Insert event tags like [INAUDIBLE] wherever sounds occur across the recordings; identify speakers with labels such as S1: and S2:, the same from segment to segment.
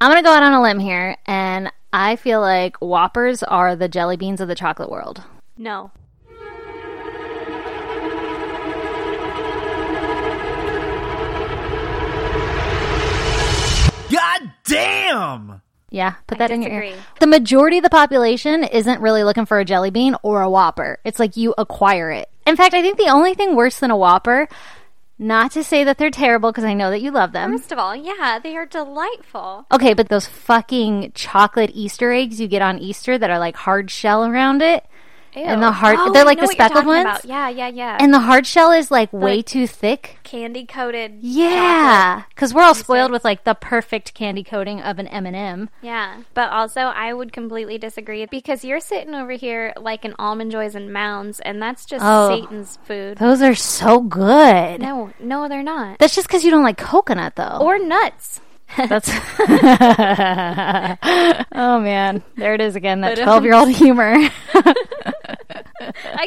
S1: I'm gonna go out on a limb here, and I feel like Whoppers are the jelly beans of the chocolate world.
S2: No.
S3: God damn!
S1: Yeah, put that in your ear.
S2: disagree.
S1: The majority of the population isn't really looking for a jelly bean or a Whopper. It's like you acquire it. In fact, I think the only thing worse than a Whopper, not to say that they're terrible because I know that you love them.
S2: First of all, yeah, they are delightful.
S1: Okay, but those fucking chocolate Easter eggs you get on Easter that are like hard shell around it. And the hard,
S2: Oh,
S1: they're
S2: I
S1: like
S2: know
S1: the
S2: what you're
S1: speckled ones.
S2: talking about. Yeah, yeah, yeah.
S1: And the hard shell is like way too thick.
S2: candy coated.
S1: Yeah, because we're all spoiled with like the perfect candy coating of an M and m
S2: Yeah. But also, I would completely disagree because you're sitting over here like an almond joys and mounds, and that's just
S1: Oh.
S2: Satan's food.
S1: Those are so good.
S2: No, no, they're not.
S1: That's just because you don't like coconut, though.
S2: Or nuts.
S1: [LAUGHS] That's. oh man, there it is again. That twelve-year-old [LAUGHS] humor.
S2: I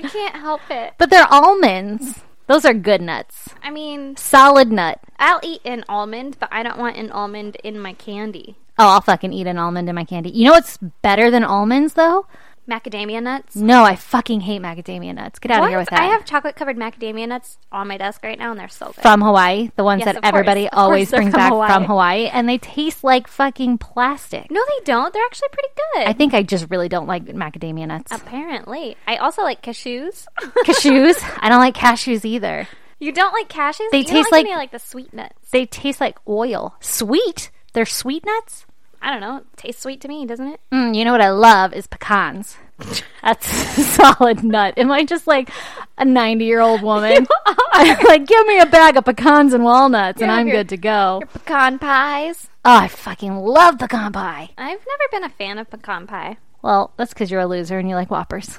S2: can't help it.
S1: but they're almonds. Those are good nuts.
S2: I mean,
S1: Solid nut.
S2: I'll eat an almond, but I don't want an almond in my candy.
S1: Oh, I'll fucking eat an almond in my candy. You know what's better than almonds, though?
S2: Macadamia nuts.
S1: No, I fucking hate macadamia nuts. Get out of here with
S2: What?
S1: that.
S2: I have chocolate covered macadamia nuts on my desk right now, and they're so good.
S1: from Hawaii, the ones
S2: Yes,
S1: that
S2: of course.
S1: everybody
S2: Of course
S1: always
S2: they're
S1: brings
S2: from
S1: back
S2: Hawaii.
S1: from Hawaii, and they taste like fucking plastic.
S2: no, they don't. They're actually pretty good.
S1: I think I just really don't like macadamia nuts.
S2: Um, Apparently, I also like cashews.
S1: [LAUGHS]
S2: [LAUGHS]
S1: cashews. I don't like cashews either.
S2: You don't like cashews?
S1: They
S2: You don't
S1: taste
S2: like,
S1: like-
S2: any, like the sweet nuts.
S1: They taste like oil. Sweet. They're sweet nuts.
S2: I don't know. It tastes sweet to me, doesn't it?
S1: Mm, you know what I love is pecans. [LAUGHS] That's a solid nut. Am I just like a ninety-year-old
S2: [LAUGHS]
S1: woman? [LAUGHS] I'm like, give me a bag of pecans and walnuts, and
S2: Yeah,
S1: I'm
S2: your-
S1: good to go.
S2: Pecan pies.
S1: Oh, I fucking love pecan pie.
S2: I've never been a fan of pecan pie.
S1: Well, that's because you're a loser and you like whoppers.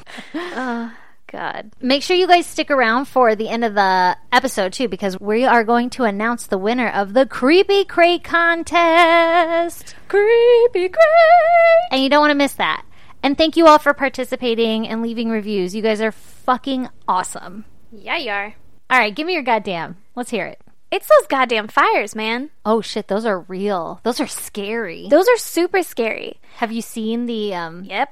S2: God.
S1: Make sure you guys stick around for the end of the episode too, because we are going to announce the winner of the Creepy Cray contest.
S2: Creepy great.
S1: And you don't want to miss that. And thank you all for participating and leaving reviews. You guys are fucking awesome.
S2: Yeah, you are.
S1: All right, give me your goddamn. Let's hear it.
S2: It's those goddamn fires, man.
S1: Oh shit, those are real. Those are scary.
S2: Those are super scary.
S1: Have you seen the um
S2: Yep.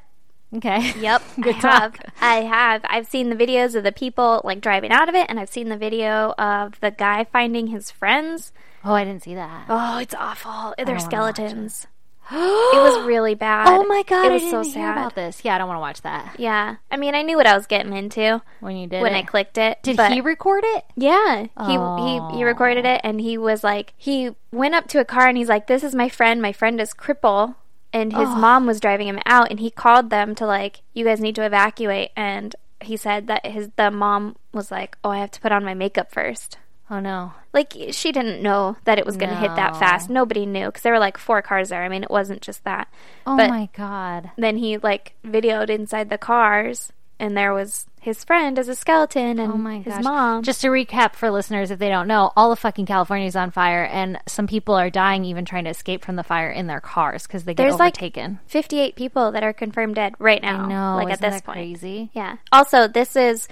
S1: okay.
S2: [LAUGHS] Yep.
S1: Good
S2: I
S1: talk.
S2: have. I have. I've seen the videos of the people like driving out of it, and I've seen the video of the guy finding his friends.
S1: Oh, I didn't see that. [GASPS]
S2: Oh, it's awful. They're
S1: wanna watch it.
S2: skeletons. It.
S1: [GASPS]
S2: was really bad.
S1: Oh my god,
S2: It was
S1: I
S2: so
S1: didn't hear
S2: sad.
S1: about this. Yeah, I don't want to watch that.
S2: Yeah. I mean, I knew what I was getting into
S1: When you did
S2: when
S1: it.
S2: I clicked it.
S1: Did
S2: but-
S1: he record it?
S2: Yeah. He he he
S1: Oh.
S2: recorded it and he was like he went up to a car and he's like this is my friend. My friend is cripple and his mom was driving him out and he called them to like you guys need to evacuate and he said that his the mom was like, "Oh, I have to put on my makeup first.
S1: Oh no.
S2: Like she didn't know that it was going to hit that
S1: No.
S2: fast. Nobody knew because there were like four cars there. I mean, it wasn't just that.
S1: Oh
S2: But-
S1: my god.
S2: Then he like videoed inside the cars, and there was his friend as a skeleton and
S1: Oh my
S2: his
S1: gosh.
S2: mom.
S1: Just to recap for listeners if they don't know, all of fucking California is on fire and some people are dying even trying to escape from the fire in their cars cuz they get
S2: There's, like,
S1: overtaken.
S2: 58 people that are confirmed dead right now.
S1: I know.
S2: like at
S1: isn't
S2: this
S1: that
S2: point.
S1: crazy?
S2: Yeah. Also, this is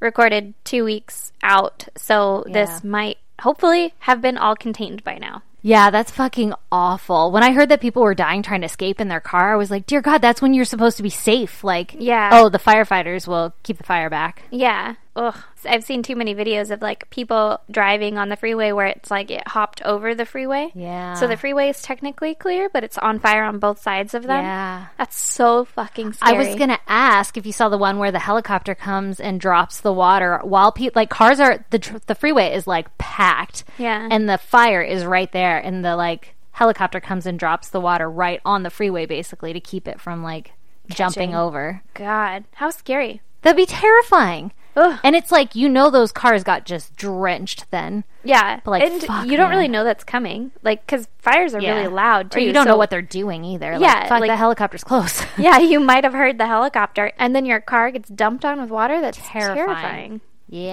S2: recorded 2 weeks out, so this
S1: Yeah.
S2: might hopefully have been all contained by now.
S1: Yeah, that's fucking awful. When I heard that people were dying trying to escape in their car, I was like, "Dear god, that's when you're supposed to be safe." Like,
S2: Yeah.
S1: oh, the firefighters will keep the fire back.
S2: Yeah. Ugh. I've seen too many videos of like people driving on the freeway where it's like it hopped over the freeway.
S1: Yeah.
S2: So the freeway is technically clear, but it's on fire on both sides of them.
S1: Yeah.
S2: That's so fucking
S1: I
S2: scary.
S1: was gonna ask if you saw the one where the helicopter comes and drops the water while people like cars are the tr- the freeway is like packed,
S2: Yeah.
S1: and the fire is right there, and the like helicopter comes and drops the water right on the freeway basically to keep it from like jumping over.
S2: God, how scary.
S1: That'd be terrifying.
S2: Ugh.
S1: And it's like you know those cars got just drenched then.
S2: Yeah,
S1: But, like,
S2: and
S1: fuck,
S2: you don't
S1: man.
S2: really know that's coming, like because fires are
S1: Yeah.
S2: really loud too.
S1: Or you don't know
S2: so-
S1: what they're doing either. Like,
S2: Yeah,
S1: fuck,
S2: like-
S1: the helicopter's close.
S2: [LAUGHS] Yeah, you might have heard the helicopter, and then your car gets dumped on with water. That's terrifying.
S1: Terrifying.
S2: Yeah.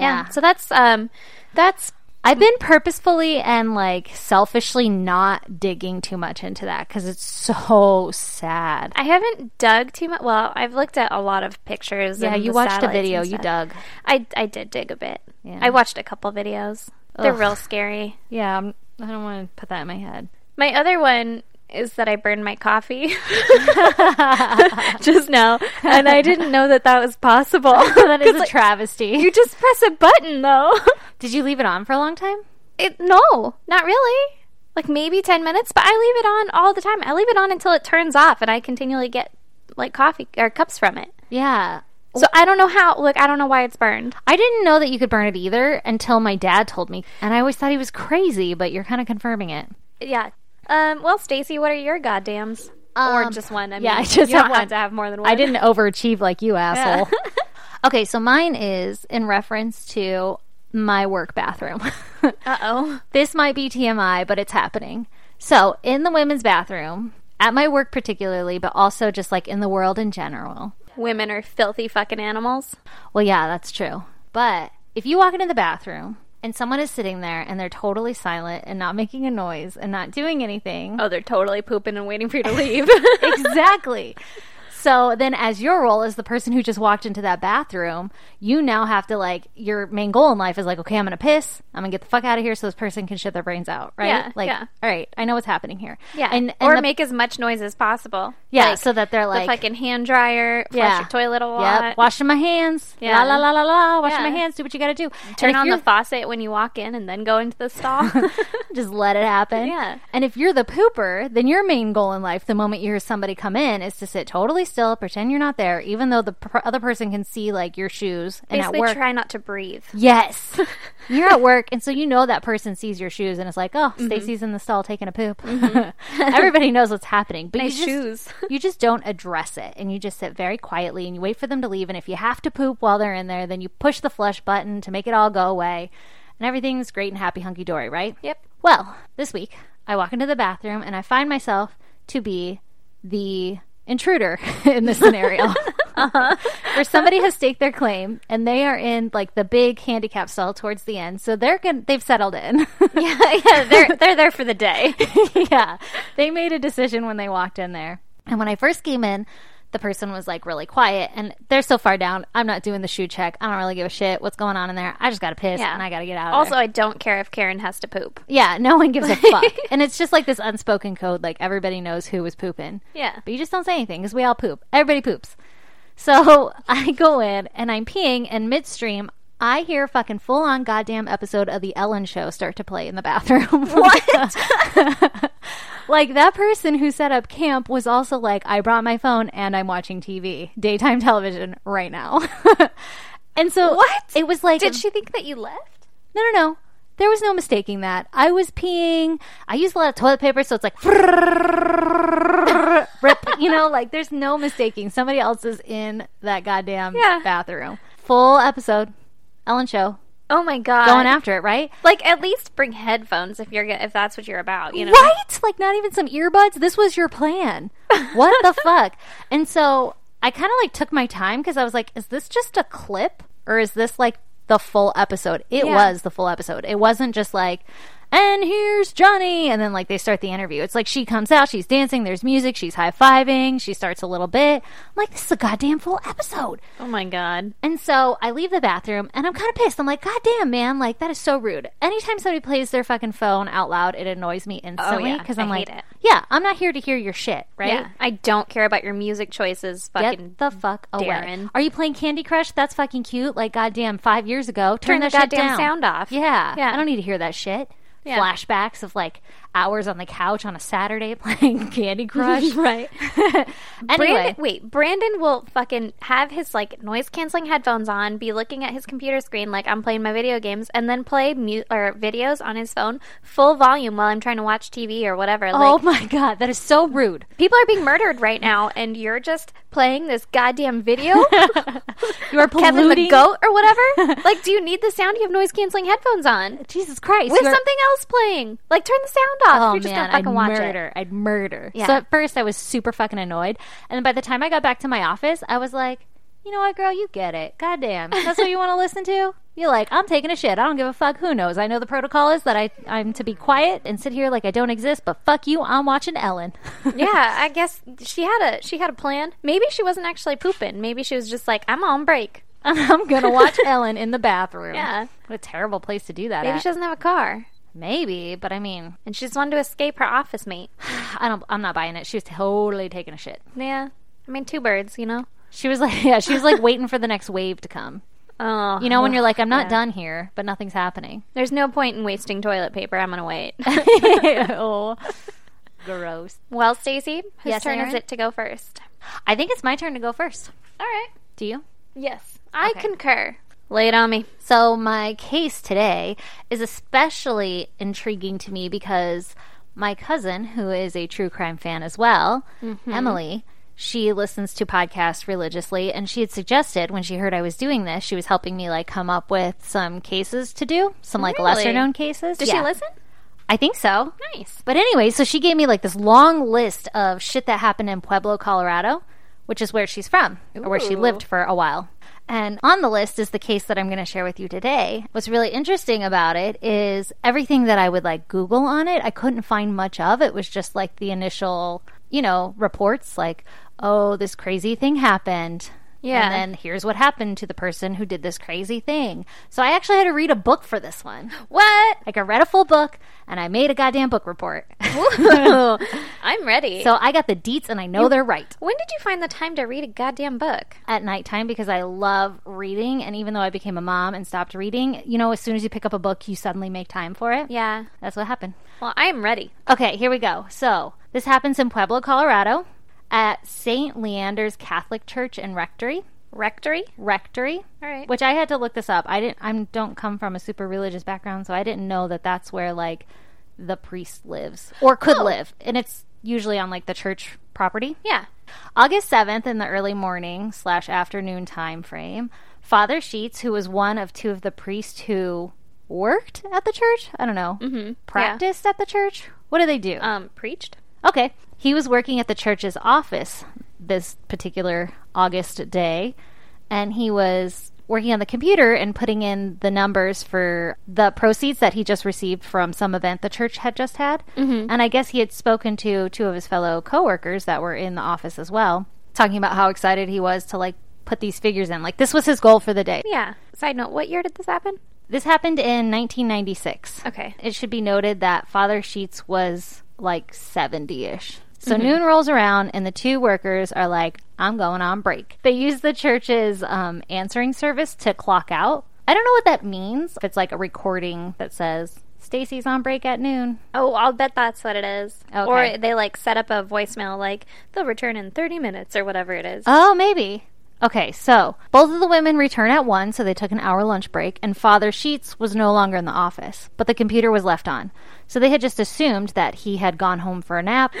S1: [LAUGHS] yeah.
S2: so that's um, that's
S1: I've been purposefully and like selfishly not digging too much into that because it's so sad.
S2: I haven't dug too much. Well, I've looked at a lot of pictures.
S1: Yeah,
S2: and
S1: you
S2: the
S1: watched a
S2: satellites
S1: video,
S2: and
S1: you
S2: stuff.
S1: dug.
S2: I I did dig a bit.
S1: Yeah.
S2: I watched a couple videos. They're
S1: Ugh.
S2: real scary.
S1: um, Yeah, I'm, I don't want to put that in my head.
S2: My other one is that I burned my coffee [LAUGHS] just now, and I didn't know that that was possible. [LAUGHS]
S1: that is
S2: 'Cause,
S1: a
S2: like,
S1: travesty.
S2: you just press a button though.
S1: [LAUGHS]
S2: [LAUGHS]
S1: Did you leave it on for a long time?
S2: It no, not really. Like maybe ten minutes, but I leave it on all the time. I leave it on until it turns off, and I continually get like coffee or cups from it.
S1: Yeah.
S2: So I don't know how. Look, I don't know why it's burned.
S1: I didn't know that you could burn it either until my dad told me. And I always thought he was crazy, but you're kind of confirming it.
S2: Yeah. Um. Well, Stacy, what are your goddams? or
S1: Um,
S2: [LAUGHS] just one? I mean,
S1: yeah, I just
S2: you don't
S1: have one.
S2: to have more than one.
S1: I didn't overachieve like you, asshole. [LAUGHS] okay, so mine is in reference to my work bathroom. [LAUGHS]
S2: Uh oh.
S1: this might be TMI, but it's happening. So, in the women's bathroom, at my work particularly, but also just like in the world in general.
S2: Women are filthy fucking animals.
S1: Well, yeah, that's true. But if you walk into the bathroom and someone is sitting there and they're totally silent and not making a noise and not doing anything,
S2: Oh, they're totally pooping and waiting for you [LAUGHS] to leave.
S1: exactly. So then, as your role as the person who just walked into that bathroom, you now have to like your main goal in life is like, okay, I'm gonna piss, I'm gonna get the fuck out of here, so this person can shit their brains out, right?
S2: Yeah,
S1: like,
S2: yeah.
S1: all right, I know what's happening here.
S2: yeah.
S1: and, and
S2: or
S1: the-
S2: make as much noise as possible.
S1: yeah,
S2: Like,
S1: so that they're
S2: the
S1: like,
S2: fucking hand dryer, flush
S1: Yeah.
S2: your toilet a lot.
S1: yep, washing my hands,
S2: Yeah.
S1: la la la la la, washing
S2: Yeah.
S1: my hands, do what you gotta do. And
S2: Turn
S1: if
S2: on the
S1: you're-
S2: faucet when you walk in and then go into the [LAUGHS] stall.
S1: just let it happen.
S2: Yeah.
S1: And if you're the pooper, then your main goal in life, the moment you hear somebody come in, is to sit totally still, pretend you're not there, even though the pr- other person can see like your shoes and
S2: [LAUGHS] Basically,
S1: at work.
S2: try not to breathe. [LAUGHS]
S1: yes. you're at work, and so you know that person sees your shoes and is like, "Oh,
S2: Mm-hmm.
S1: Stacy's in the stall taking a poop." [LAUGHS] Everybody knows what's happening, but
S2: Nice
S1: you just,
S2: shoes. [LAUGHS]
S1: you just don't address it, and you just sit very quietly and you wait for them to leave. And if you have to poop while they're in there, then you push the flush button to make it all go away, and everything's great and happy, hunky dory, right?
S2: Yep.
S1: Well, this week I walk into the bathroom and I find myself to be the intruder [LAUGHS] in this scenario.
S2: [LAUGHS]
S1: [LAUGHS] Where somebody has staked their claim and they are in like the big handicap stall towards the end. So they're going they've settled in.
S2: [LAUGHS]
S1: [LAUGHS]
S2: yeah, yeah, they're they're there for the day.
S1: yeah. They made a decision when they walked in there. And when I first came in, the person was like really quiet and they're so far down. I'm not doing the shoe check. I don't really give a shit what's going on in there. I just got to piss
S2: Yeah.
S1: and I got to get out. of there.
S2: also, I don't care if Karen has to poop.
S1: Yeah, no one gives a
S2: [LAUGHS]
S1: fuck. and it's just like this unspoken code, like everybody knows who was pooping.
S2: Yeah.
S1: But you just don't say anything because we all poop. Everybody poops. So [LAUGHS] I go in and I'm peeing, and midstream, I hear a fucking full on goddamn episode of The Ellen Show start to play in the bathroom. [LAUGHS] What? [LAUGHS] like that person who set up camp was also like, I brought my phone and I'm watching TV, daytime television right now. [LAUGHS] and so
S2: What?
S1: it was like
S2: Did she think that you left?
S1: no, no, no. There was no mistaking that. I was peeing. I used a lot of toilet paper, so it's like [LAUGHS] rip. You know, like there's no mistaking. Somebody else is in that goddamn
S2: Yeah.
S1: bathroom. Full episode, Ellen Show
S2: Oh my god!
S1: going after it, right?
S2: Like, at least bring headphones if you're go- if that's what you're about. You know,
S1: Right? Like not even some earbuds. This was your plan. What
S2: [LAUGHS]
S1: the fuck? And so I kind of like took my time because I was like, is this just a clip or is this like the full episode? It
S2: Yeah.
S1: was the full episode. It wasn't just like, and here's Johnny. And then like they start the interview. It's like she comes out, she's dancing, there's music, she's high fiving, she starts a little bit. I'm like, this is a goddamn full episode.
S2: Oh my god!
S1: And so I leave the bathroom and I'm kind of pissed. I'm like, God damn, man. Like, that is so rude. Anytime somebody plays their fucking phone out loud, it annoys me instantly
S2: Oh, yeah.
S1: because
S2: I
S1: I'm like,
S2: hate it.
S1: yeah, I'm not here to hear your shit, right?
S2: Yeah, I don't care about your music choices. Fucking
S1: Get the fuck away.
S2: Darren.
S1: Are you playing Candy Crush? That's fucking cute. Like, goddamn, five years ago, turn,
S2: turn the
S1: that shit
S2: goddamn
S1: down.
S2: sound off.
S1: Yeah.
S2: Yeah.
S1: I don't need to hear that shit.
S2: Yeah.
S1: Flashbacks of like hours on the couch on a Saturday [LAUGHS] playing Candy Crush.
S2: [LAUGHS] right.
S1: [LAUGHS] anyway,
S2: Brandon, wait, Brandon will fucking have his like noise canceling headphones on, be looking at his computer screen like I'm playing my video games, and then play mu- or videos on his phone full volume while I'm trying to watch TV or whatever.
S1: oh
S2: Like,
S1: my God, that is so rude.
S2: people are being murdered right now, and you're just playing this
S1: [LAUGHS]
S2: goddamn video,
S1: You are
S2: Kevin the
S1: polluting.
S2: goat
S1: [LAUGHS]
S2: or whatever. like, do you need the sound? You have noise canceling headphones on
S1: Jesus Christ.
S2: with
S1: you are-
S2: something else playing. Like, turn the sound off.
S1: Oh
S2: you're just
S1: man,
S2: gonna fucking
S1: I'd
S2: watch it.
S1: murder. I'd murder.
S2: Yeah.
S1: So at first I was super fucking annoyed, and by the time I got back to my office, I was like, you know what, girl, you get it. Goddamn, that's what you want to listen to. You're like, I'm taking a shit. I don't give a fuck. Who knows? I know the protocol is that I I'm to be quiet and sit here like I don't exist. But fuck you, I'm watching Ellen. [LAUGHS]
S2: yeah, I guess she had a she had a plan. Maybe she wasn't actually pooping. Maybe she was just like, I'm on break.
S1: I'm gonna watch Ellen in the bathroom.
S2: Yeah.
S1: What a terrible place to do that.
S2: Maybe
S1: at.
S2: she doesn't have a car.
S1: Maybe, but I mean,
S2: And she just wanted to escape her office mate.
S1: I don't. I'm not buying it. She was totally taking a shit.
S2: Yeah. I mean, two birds, you know?
S1: She was like, [LAUGHS] yeah, she was like waiting for the next wave to come.
S2: Oh.
S1: You know, when you're like, I'm not done here, but nothing's happening.
S2: [LAUGHS] There's no point in wasting toilet paper. I'm going to [LAUGHS] wait.
S1: [LAUGHS] oh, gross.
S2: well, Stacy, whose
S1: Yes,
S2: turn is
S1: Erin?
S2: it to go first?
S1: I think it's my turn to go first.
S2: All right.
S1: Do you?
S2: Yes. I concur. Lay it on me.
S1: So, my case today is especially intriguing to me because my cousin, who is a true crime fan as well,
S2: Mm-hmm.
S1: Emily, she listens to podcasts religiously and she had suggested when she heard I was doing this, she was helping me like come up with some cases to do, some like
S2: Really?
S1: lesser known cases.
S2: Did
S1: Yeah.
S2: she listen?
S1: I think so.
S2: Nice.
S1: But anyway, so she gave me like this long list of shit that happened in Pueblo, Colorado, which is where she's from or where she lived for a while. And on the list is the case that I'm going to share with you today. What's really interesting about it is everything that I would like Google on it, I couldn't find much of. It was just like the initial, you know, reports like, oh, this crazy thing happened.
S2: Yeah.
S1: And then here's what happened to the person who did this crazy thing. So I actually had to read a book for this one.
S2: What?
S1: Like I read a full book and I made a goddamn book report.
S2: Ooh, I'm
S1: [LAUGHS]
S2: ready.
S1: so I got the deets and I know they're right
S2: when did you find the time to read a goddamn book?
S1: at nighttime because I love reading and even though I became a mom and stopped reading, you know, as soon as you pick up a book you suddenly make time for it.
S2: Yeah.
S1: That's what happened.
S2: Well, I am ready.
S1: Okay, here we go. So this happens in Pueblo, Colorado at St. Leander's Catholic Church and Rectory.
S2: Rectory?
S1: Rectory.
S2: All right.
S1: Which I had to look this up. I didn't. I don't come from a super religious background, so I didn't know that that's where like the priest lives or could live, and it's usually on like the church property.
S2: Yeah.
S1: August seventh in the early morning slash afternoon time frame, Father Sheets, who was one of two of the priests who worked at the church, I don't know, practiced at the church. What do they do?
S2: Um, preached?
S1: Okay. He was working at the church's office this particular August day, and he was working on the computer and putting in the numbers for the proceeds that he just received from some event the church had just had. Mm-hmm. And I guess he had spoken to two of his fellow coworkers that were in the office as well, talking about how excited he was to like put these figures in. Like this was his goal for the day.
S2: Yeah. Side note, what year did this happen?
S1: This happened in 1996.
S2: Okay.
S1: It should be noted that Father Sheets was like 70 ish. So noon rolls around, and the two workers are like, I'm going on break. They use the church's um, answering service to clock out. I don't know what that means. If it's like a recording that says, Stacy's on break at noon.
S2: Oh, I'll bet that's what it is.
S1: Okay.
S2: Or they like set up a voicemail like they'll return in 30 minutes or whatever it is.
S1: Oh, maybe. Okay, so both of the women return at one, so they took an hour lunch break, and Father Sheets was no longer in the office, but the computer was left on. So they had just assumed that he had gone home for a nap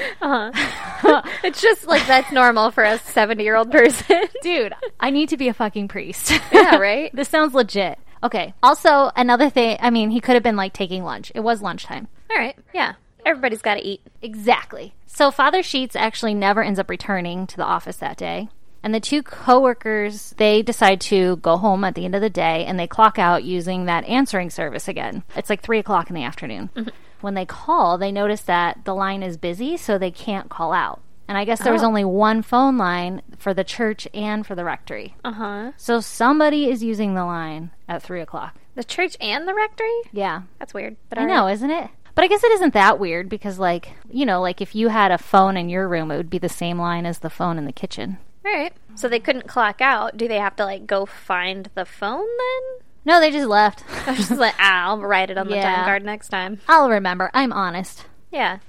S1: [LAUGHS]
S2: it's just like that's normal for a 70 year
S1: [LAUGHS]
S2: old person.
S1: Dude, I need to be a fucking priest.
S2: [LAUGHS] Yeah, right?
S1: this sounds legit. Okay. Also, another thing, I mean, he could have been like taking lunch. It was lunchtime.
S2: All right. Yeah. Everybody's got to eat.
S1: Exactly. So Father Sheets actually never ends up returning to the office that day. And the two coworkers, they decide to go home at the end of the day and they clock out using that answering service again. It's like three o'clock in the afternoon. When they call, they notice that the line is busy, so they can't call out. And I guess there was only one phone line for the church and for the rectory.
S2: Uh huh.
S1: So somebody is using the line at three o'clock.
S2: The church and the rectory?
S1: Yeah.
S2: That's weird. But
S1: I know, isn't it? But I guess it isn't that weird because, like, you know, like if you had a phone in your room, it would be the same line as the phone in the kitchen.
S2: All right. So they couldn't clock out. Do they have to like go find the phone then? [LAUGHS]
S1: No, they just left.
S2: I'm just like, ah, I'll write it on the
S1: Yeah.
S2: time card next time.
S1: I'll remember. I'm honest.
S2: Yeah.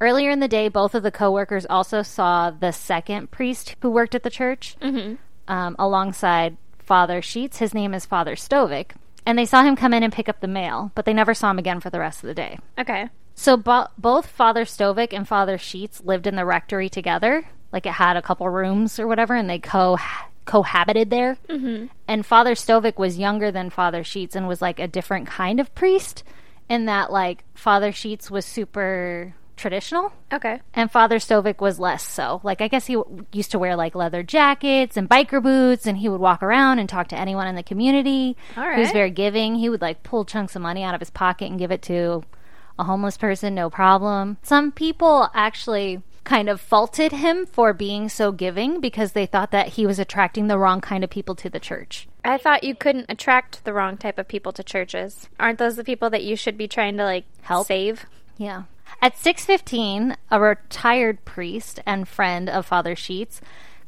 S1: Earlier in the day, both of the coworkers also saw the second priest who worked at the church um, alongside Father Sheets. His name is Father Stovic. And they saw him come in and pick up the mail, but they never saw him again for the rest of the day.
S2: Okay.
S1: So bo- both Father Stovic and Father Sheets lived in the rectory together. Like it had a couple rooms or whatever, and they co cohabited there. Mm-hmm. And Father Stovic was younger than Father Sheets and was like a different kind of priest. In that, like Father Sheets was super traditional,
S2: Okay.
S1: and Father Stovic was less so. Like I guess he w- used to wear like leather jackets and biker boots, and he would walk around and talk to anyone in the community.
S2: All
S1: He was
S2: right.
S1: very giving. He would like pull chunks of money out of his pocket and give it to a homeless person, no problem. Some people actually kind of faulted him for being so giving because they thought that he was attracting the wrong kind of people to the church.
S2: I thought you couldn't attract the wrong type of people to churches. Aren't those the people that you should be trying to like
S1: Help?
S2: save?
S1: Yeah. At 6:15, a retired priest and friend of Father Sheets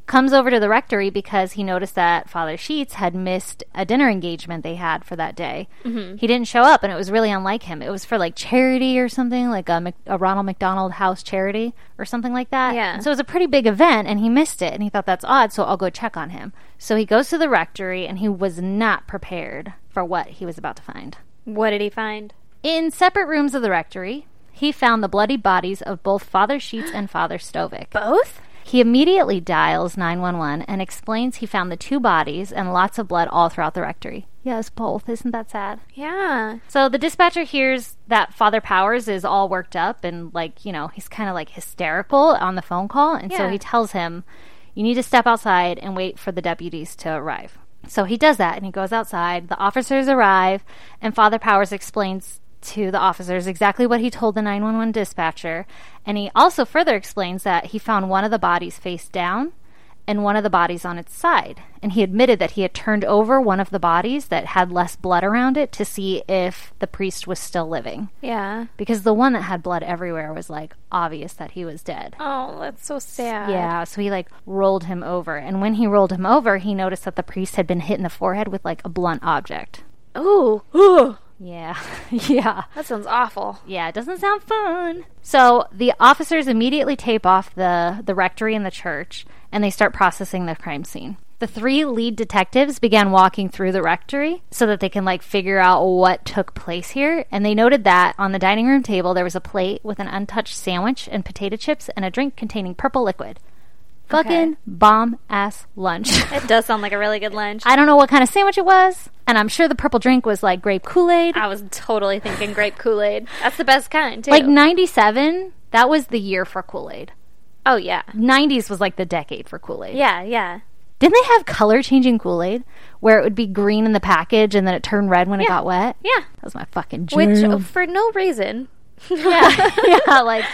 S1: comes over to the rectory because he noticed that Father Sheets had missed a dinner engagement they had for that day. He didn't show up and it was really unlike him. It was for like charity or something, like a, Mc- a Ronald McDonald House charity or something like that.
S2: Yeah.
S1: So it was a pretty big event and he missed it and he thought that's odd, so I'll go check on him. So he goes to the rectory and he was not prepared for what he was about to find.
S2: What did he find?
S1: In separate rooms of the rectory, he found the bloody bodies of both Father Sheets and Father Stovic.
S2: Both?
S1: He immediately dials 911 and explains he found the two bodies and lots of blood all throughout the rectory. Yes, both. Isn't that sad?
S2: Yeah.
S1: So the dispatcher hears that Father Powers is all worked up and, like, you know, he's kind of like hysterical on the phone call. And so
S2: Yeah.
S1: he tells him, You need to step outside and wait for the deputies to arrive. So he does that and he goes outside. The officers arrive, and Father Powers explains to the officers exactly what he told the 911 dispatcher. And he also further explains that he found one of the bodies face down and one of the bodies on its side. And he admitted that he had turned over one of the bodies that had less blood around it to see if the priest was still living.
S2: Yeah.
S1: Because the one that had blood everywhere was like obvious that he was dead.
S2: Oh, that's so sad.
S1: Yeah, so he like rolled him over. And when he rolled him over, he noticed that the priest had been hit in the forehead with like a blunt object.
S2: Ooh. Ooh.
S1: Yeah, [LAUGHS] yeah.
S2: That sounds awful.
S1: Yeah, it doesn't sound fun. So the officers immediately tape off the, the rectory and the church, and they start processing the crime scene. The three lead detectives began walking through the rectory so that they can like figure out what took place here. And they noted that on the dining room table there was a plate with an untouched sandwich and potato chips and a drink containing purple liquid. Fucking bomb ass lunch.
S2: It does sound like a really good lunch.
S1: [LAUGHS]
S2: I,
S1: I don't know what kind of sandwich it was, and I'm sure the purple drink was like grape Kool Aid.
S2: was totally thinking grape Kool Aid. That's the best kind, too.
S1: Like 97, that was the year for Kool Aid.
S2: oh, yeah.
S1: 90s was like the decade for Kool Aid.
S2: Yeah, yeah.
S1: Didn't they have color changing Kool Aid where it would be green in the package and then it turned red when it got wet?
S2: Yeah.
S1: That was my fucking
S2: Which,
S1: dream.
S2: for no [LAUGHS] reason.
S1: yeah, [LAUGHS] yeah, like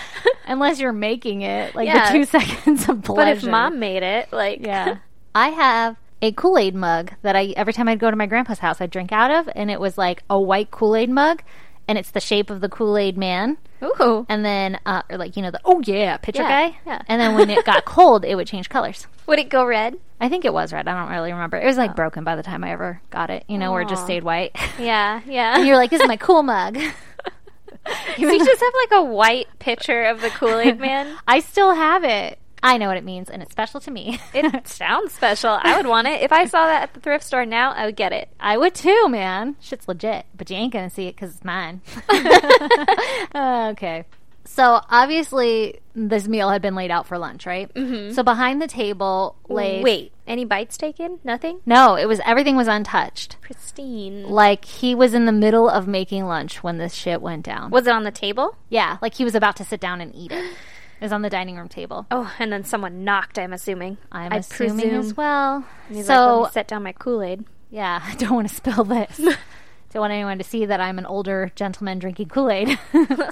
S1: unless you're making it, like
S2: Yeah.
S1: the two [LAUGHS] seconds of pleasure.
S2: But if mom made it,
S1: [LAUGHS]
S2: like.
S1: yeah, I have a Kool Aid mug that I every time I'd go to my grandpa's house I'd drink out of, and it was like a white Kool Aid mug, and it's the shape of the Kool Aid man,
S2: [LAUGHS] Ooh.
S1: and then uh, or like you know the oh yeah picture
S2: Yeah,
S1: guy,
S2: yeah.
S1: and then when it
S2: [LAUGHS]
S1: got cold it would change colors.
S2: Would it go red?
S1: I think it was red. I don't really remember. It was like broken by the time I ever got it, you know, or it just
S2: Oh. Aw.
S1: stayed white.
S2: Yeah,
S1: [LAUGHS]
S2: yeah.
S1: and you're like, this is my cool
S2: [LAUGHS]
S1: mug.
S2: So you just have like a white picture of the
S1: [LAUGHS]
S2: Kool Aid Man.
S1: I still have it. I know what it means, and it's special to me. [LAUGHS]
S2: It [LAUGHS] sounds special. I would want it. If I saw that at the thrift store now, I would get it.
S1: I would too, man. Shit's legit, but you ain't gonna see it because it's
S2: [LAUGHS]
S1: mine. [LAUGHS] okay. So obviously, this meal had been laid out for lunch, right? Mm-hmm. So behind the table lay.
S2: Wait, any bites taken? Nothing?
S1: No, it was everything was untouched.
S2: Pristine.
S1: Like he was in the middle of making lunch when this shit went down.
S2: Was it on the table?
S1: Yeah, like he was about to sit down and eat it. It was on the dining room table.
S2: Oh, and then someone knocked, I'm assuming.
S1: I'm
S2: I
S1: assuming
S2: presume.
S1: as well.
S2: He's like,
S1: So
S2: let me set down my Kool [LAUGHS] Aid.
S1: yeah, [LAUGHS] I don't want to spill
S2: [LAUGHS]
S1: this. don't want anyone to see that I'm an older gentleman drinking Kool [LAUGHS] Aid.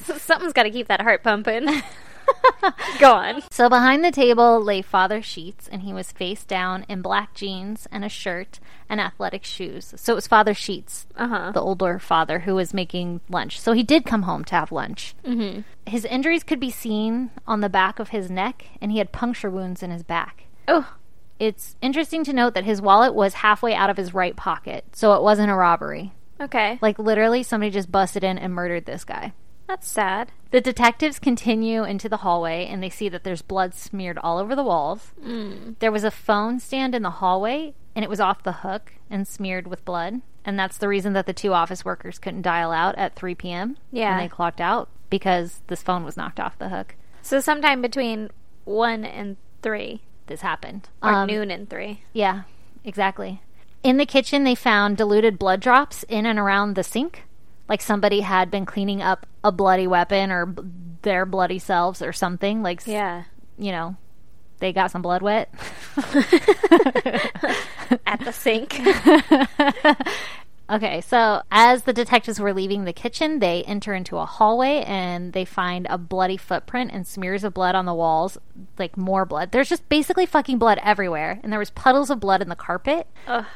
S2: Something's got to keep that heart [LAUGHS] pumping. Go on.
S1: so behind the table lay Father Sheets, and he was face down in black jeans and a shirt and athletic shoes. So it was Father Sheets,
S2: Uh-huh.
S1: the older father, who was making lunch. So he did come home to have lunch. Mm-hmm. His injuries could be seen on the back of his neck, and he had puncture wounds in his back.
S2: Oh,
S1: It's interesting to note that his wallet was halfway out of his right pocket, so it wasn't a robbery.
S2: okay.
S1: Like, literally, somebody just busted in and murdered this guy.
S2: That's sad.
S1: The detectives continue into the hallway and they see that there's blood smeared all over the walls.
S2: Mm.
S1: There was a phone stand in the hallway and it was off the hook and smeared with blood. And that's the reason that the two office workers couldn't dial out at 3 p.m.
S2: Yeah.
S1: when they clocked out because this phone was knocked off the hook.
S2: So sometime between one and three,
S1: This happened.
S2: or
S1: Um,
S2: noon and three.
S1: Yeah, exactly. In the kitchen, they found diluted blood drops in and around the sink. Like somebody had been cleaning up a bloody weapon or b- their bloody selves or something. Like, s-
S2: Yeah.
S1: you know, they got some blood wet. [LAUGHS]
S2: [LAUGHS] At the sink.
S1: [LAUGHS] Okay, so as the detectives were leaving the kitchen, they enter into a hallway and they find a bloody footprint and smears of blood on the walls, like more blood. There's just basically fucking blood everywhere, and there was puddles of blood in the carpet.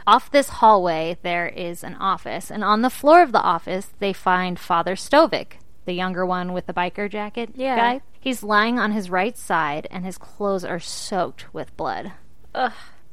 S1: Off this hallway, there is an office, and on the floor of the office, they find Father Stovic, the younger one with the biker jacket
S2: Yeah.
S1: guy. He's lying on his right side, and his clothes are soaked with blood.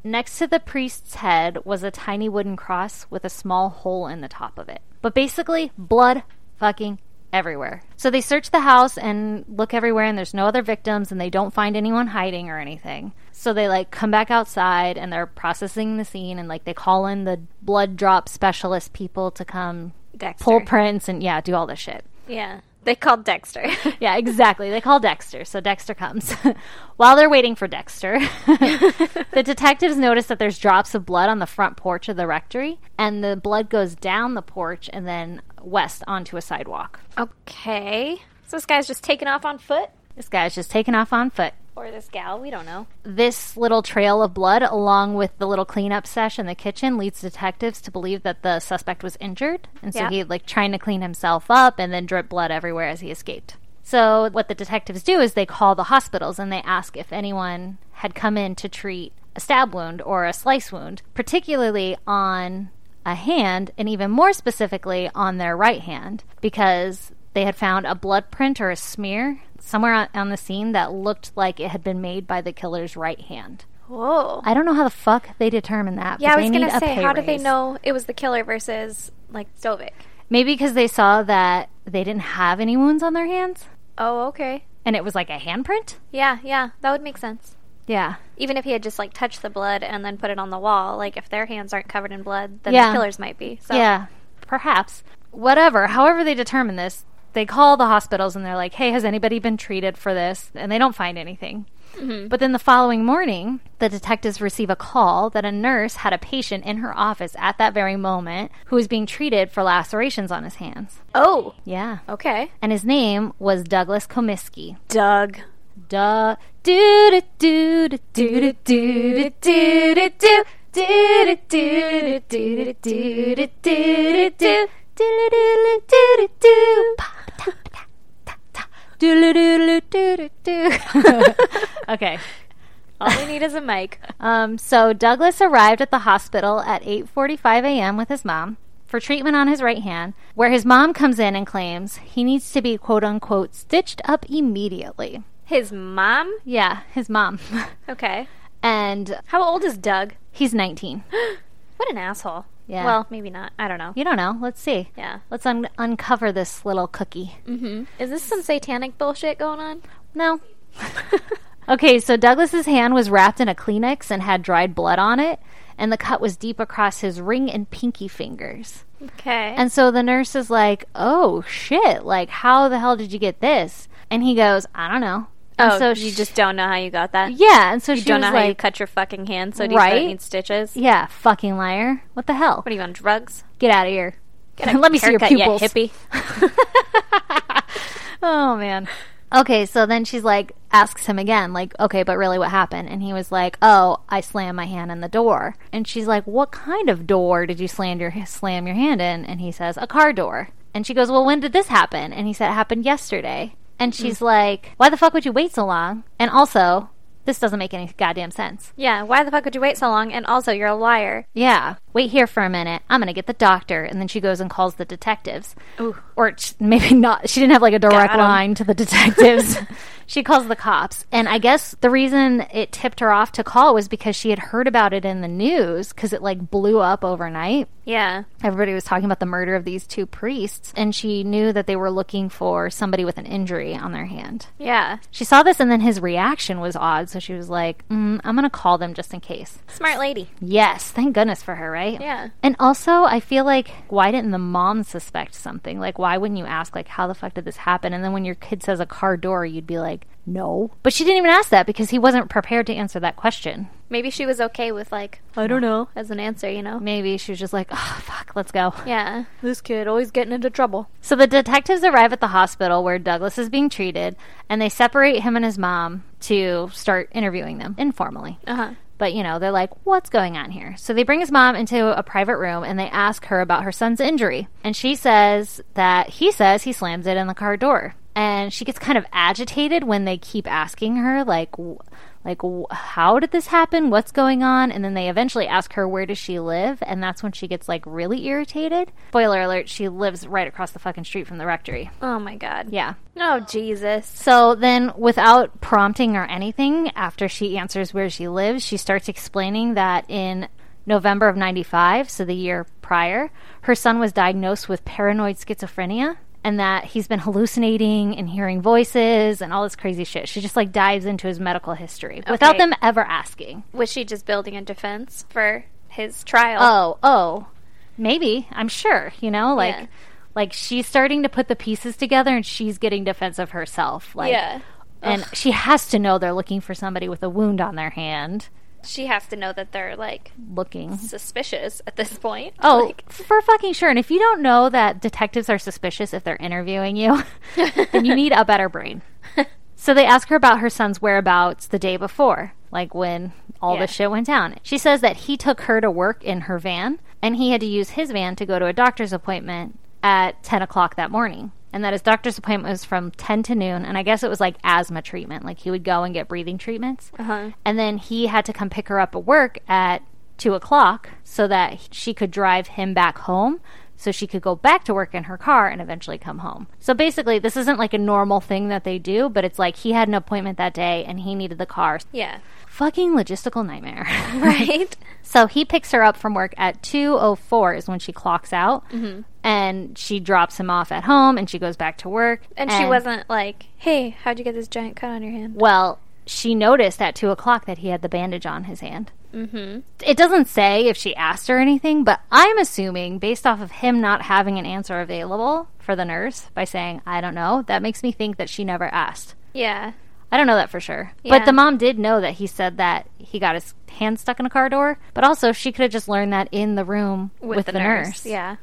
S1: Next to the priest's head was a tiny wooden cross with a small hole in the top of it. But basically, blood fucking everywhere. So they search the house and look everywhere, and there's no other victims, and they don't find anyone hiding or anything. So they like come back outside and they're processing the scene, and like they call in the blood drop specialist people to come
S2: Dexter.
S1: pull prints and yeah, do all this shit.
S2: yeah. They called Dexter. [LAUGHS]
S1: Yeah, exactly. They call Dexter, so Dexter comes. [LAUGHS] While they're waiting for Dexter, [LAUGHS] the detectives notice that there's drops of blood on the front porch of the rectory, and the blood goes down the porch and then west onto a sidewalk.
S2: okay. So this guy's just taking off on foot?
S1: This guy's just taking off on foot.
S2: Or this gal? We don't know.
S1: This little trail of blood, along with the little cleanup sesh in the kitchen, leads detectives to believe that the suspect was injured, and so
S2: Yeah.
S1: he like trying to clean himself up and then drip blood everywhere as he escaped. So what the detectives do is they call the hospitals and they ask if anyone had come in to treat a stab wound or a slice wound, particularly on a hand and even more specifically on their right hand because they had found a blood print or a smear somewhere on, on the scene that looked like it had been made by the killer's right hand.
S2: Whoa.
S1: I don't know how the fuck they determined that.
S2: yeah,
S1: but
S2: I was
S1: they
S2: going
S1: need
S2: to
S1: a
S2: say,
S1: pay
S2: how did they
S1: raise.
S2: know it was the killer versus, like, Stovic?
S1: Maybe because they saw that they didn't have any wounds on their hands,
S2: Oh, okay.
S1: and it was like a handprint.
S2: Yeah, yeah. That would make sense.
S1: Yeah,
S2: Even if he had just, like, touched the blood and then put it on the wall, like, if their hands aren't covered in blood, then
S1: Yeah.
S2: the killer's might be. So.
S1: yeah, perhaps. Whatever. However, they determine this, they call the hospitals and they're like, "Hey, has anybody been treated for this?" And they don't find anything. But then the following morning, the detectives receive a call that a nurse had a patient in her office at that very moment who was being treated for lacerations on his hands.
S2: Oh,
S1: Yeah.
S2: okay.
S1: And his name was Douglas Komisky.
S2: Doug.
S1: da do do do do do do do do do do do do do do do do do do Okay.
S2: All we need is a [LAUGHS] mic.
S1: Um, so Douglas arrived at the hospital at 8:45 a.m. with his mom for treatment on his right hand, where his mom comes in and claims he needs to be quote unquote stitched up immediately.
S2: His mom?
S1: Yeah, his mom.
S2: Okay.
S1: and
S2: How old is Doug?
S1: he's 19.
S2: What an asshole.
S1: Yeah.
S2: Well, maybe not. I don't know.
S1: You don't know. Let's see.
S2: Yeah.
S1: Let's un- uncover this little cookie.
S2: Is this some satanic bullshit going on?
S1: No. [LAUGHS] okay, so Douglas's hand was wrapped in a Kleenex and had dried blood on it, and the cut was deep across his ring and pinky fingers.
S2: [LAUGHS] Okay.
S1: And so the nurse is like, "Oh shit! Like, how the hell did you get this?" And he goes, "I don't know." And so
S2: oh, so
S1: she-
S2: you just don't know how you got that?
S1: yeah, and so
S2: You
S1: she
S2: don't
S1: was
S2: know how you
S1: like,
S2: cut your fucking hand, so do you right?
S1: Right?
S2: need stitches? What
S1: "Yeah, fucking liar! What the hell?
S2: are you on drugs?
S1: Get out of here!
S2: Get
S1: [LAUGHS]
S2: a
S1: Let me see your
S2: haircut, you
S1: pupils."
S2: hippie.
S1: [LAUGHS] Oh man. Okay, so then she's like asks him again, like, okay, but really what happened? And he was like, Oh, I slammed my hand in the door. And she's like, What kind of door did you slam your slam your hand in? And he says, A car door. And she goes, Well, when did this happen? And he said, It happened yesterday. And she's like, Why the fuck would you wait so long? And also, this doesn't make any goddamn sense.
S2: Yeah. Why the fuck would you wait so long? And also, you're a liar.
S1: Yeah, wait here for a minute. I'm going to get the doctor. And then she goes and calls the detectives. Or sh- maybe not. She didn't have like a direct
S2: Got 'em.
S1: line
S2: [LAUGHS]
S1: to the detectives. she calls the cops. And I guess the reason it tipped her off to call was because she had heard about it in the news because it like blew up overnight.
S2: Yeah.
S1: Everybody was talking about the murder of these two priests. And she knew that they were looking for somebody with an injury on their hand.
S2: Yeah.
S1: She saw this and then his reaction was odd. So she was like, mm, I'm going to call them just in case.
S2: Smart lady.
S1: Yes, thank goodness for her, right?
S2: Yeah.
S1: And also, I feel like why didn't the mom suspect something? Like, why wouldn't you ask, like, how the fuck did this happen? And then when your kid says a car door, you'd be like, no. But she didn't even ask that because he wasn't prepared to answer that question.
S2: Maybe she was okay with, like, I don't know, as an answer, you know?
S1: Maybe she was just like, oh, fuck, let's go.
S2: Yeah. This kid always getting into trouble.
S1: So the detectives arrive at the hospital where Douglas is being treated and they separate him and his mom to start interviewing them informally.
S2: Uh huh.
S1: But, you know, they're like, what's going on here? So they bring his mom into a private room and they ask her about her son's injury. And she says that he says he slams it in the car door. And she gets kind of agitated when they keep asking her, like, w- like w- how did this happen what's going on and then they eventually ask her where does she live and that's when she gets like really irritated spoiler alert she lives right across the fucking street from the rectory
S2: Oh my god.
S1: yeah
S2: Oh Jesus.
S1: so then, without prompting or anything, after she answers where she lives, she starts explaining that in November of 95, so the year prior, her son was diagnosed with paranoid schizophrenia and that he's been hallucinating and hearing voices and all this crazy shit. She just like dives into his medical history without
S2: Okay.
S1: them ever asking.
S2: Was she just building a defense for his trial?
S1: Oh, oh. Maybe, I'm sure, you know, like
S2: Yeah.
S1: like she's starting to put the pieces together and she's getting defensive herself. Like
S2: yeah.
S1: and she has to know they're looking for somebody with a wound on their hand.
S2: She has to know that they're like
S1: Looking.
S2: suspicious at this point.
S1: Oh,
S2: [LAUGHS] Like,
S1: for fucking sure. And if you don't know that detectives are suspicious if they're interviewing you, [LAUGHS] then you need a better brain. So they ask her about her son's whereabouts the day before, like when all
S2: Yeah.
S1: this shit went down. She says that he took her to work in her van and he had to use his van to go to a doctor's appointment at 10 o'clock that morning. And that his doctor's appointment was from 10 to noon. And I guess it was like asthma treatment. Like he would go and get breathing treatments.
S2: Uh-huh.
S1: And then he had to come pick her up at work at 2 o'clock so that she could drive him back home so she could go back to work in her car and eventually come home. So basically, this isn't like a normal thing that they do, but it's like he had an appointment that day and he needed the car.
S2: [LAUGHS] yeah.
S1: Fucking logistical nightmare. [LAUGHS]
S2: Right.
S1: So he picks her up from work at 2:04 is when she clocks out.
S2: Mm-hmm.
S1: And she drops him off at home and she goes back to work.
S2: [LAUGHS] and she wasn't like, "Hey, how'd you get this giant cut on your hand?"
S1: Well, she noticed at two o'clock that he had the bandage on his hand. Mm-hmm. It doesn't say if she asked or anything, but I'm assuming, based off of him not having an answer available for the nurse by saying, I don't know, that makes me think that she never asked.
S2: Yeah.
S1: I don't know that for sure.
S2: Yeah.
S1: But the mom did know that he said that he got his hand stuck in a car door, but also she could have just learned that in the room with, the, nurse.
S2: Yeah.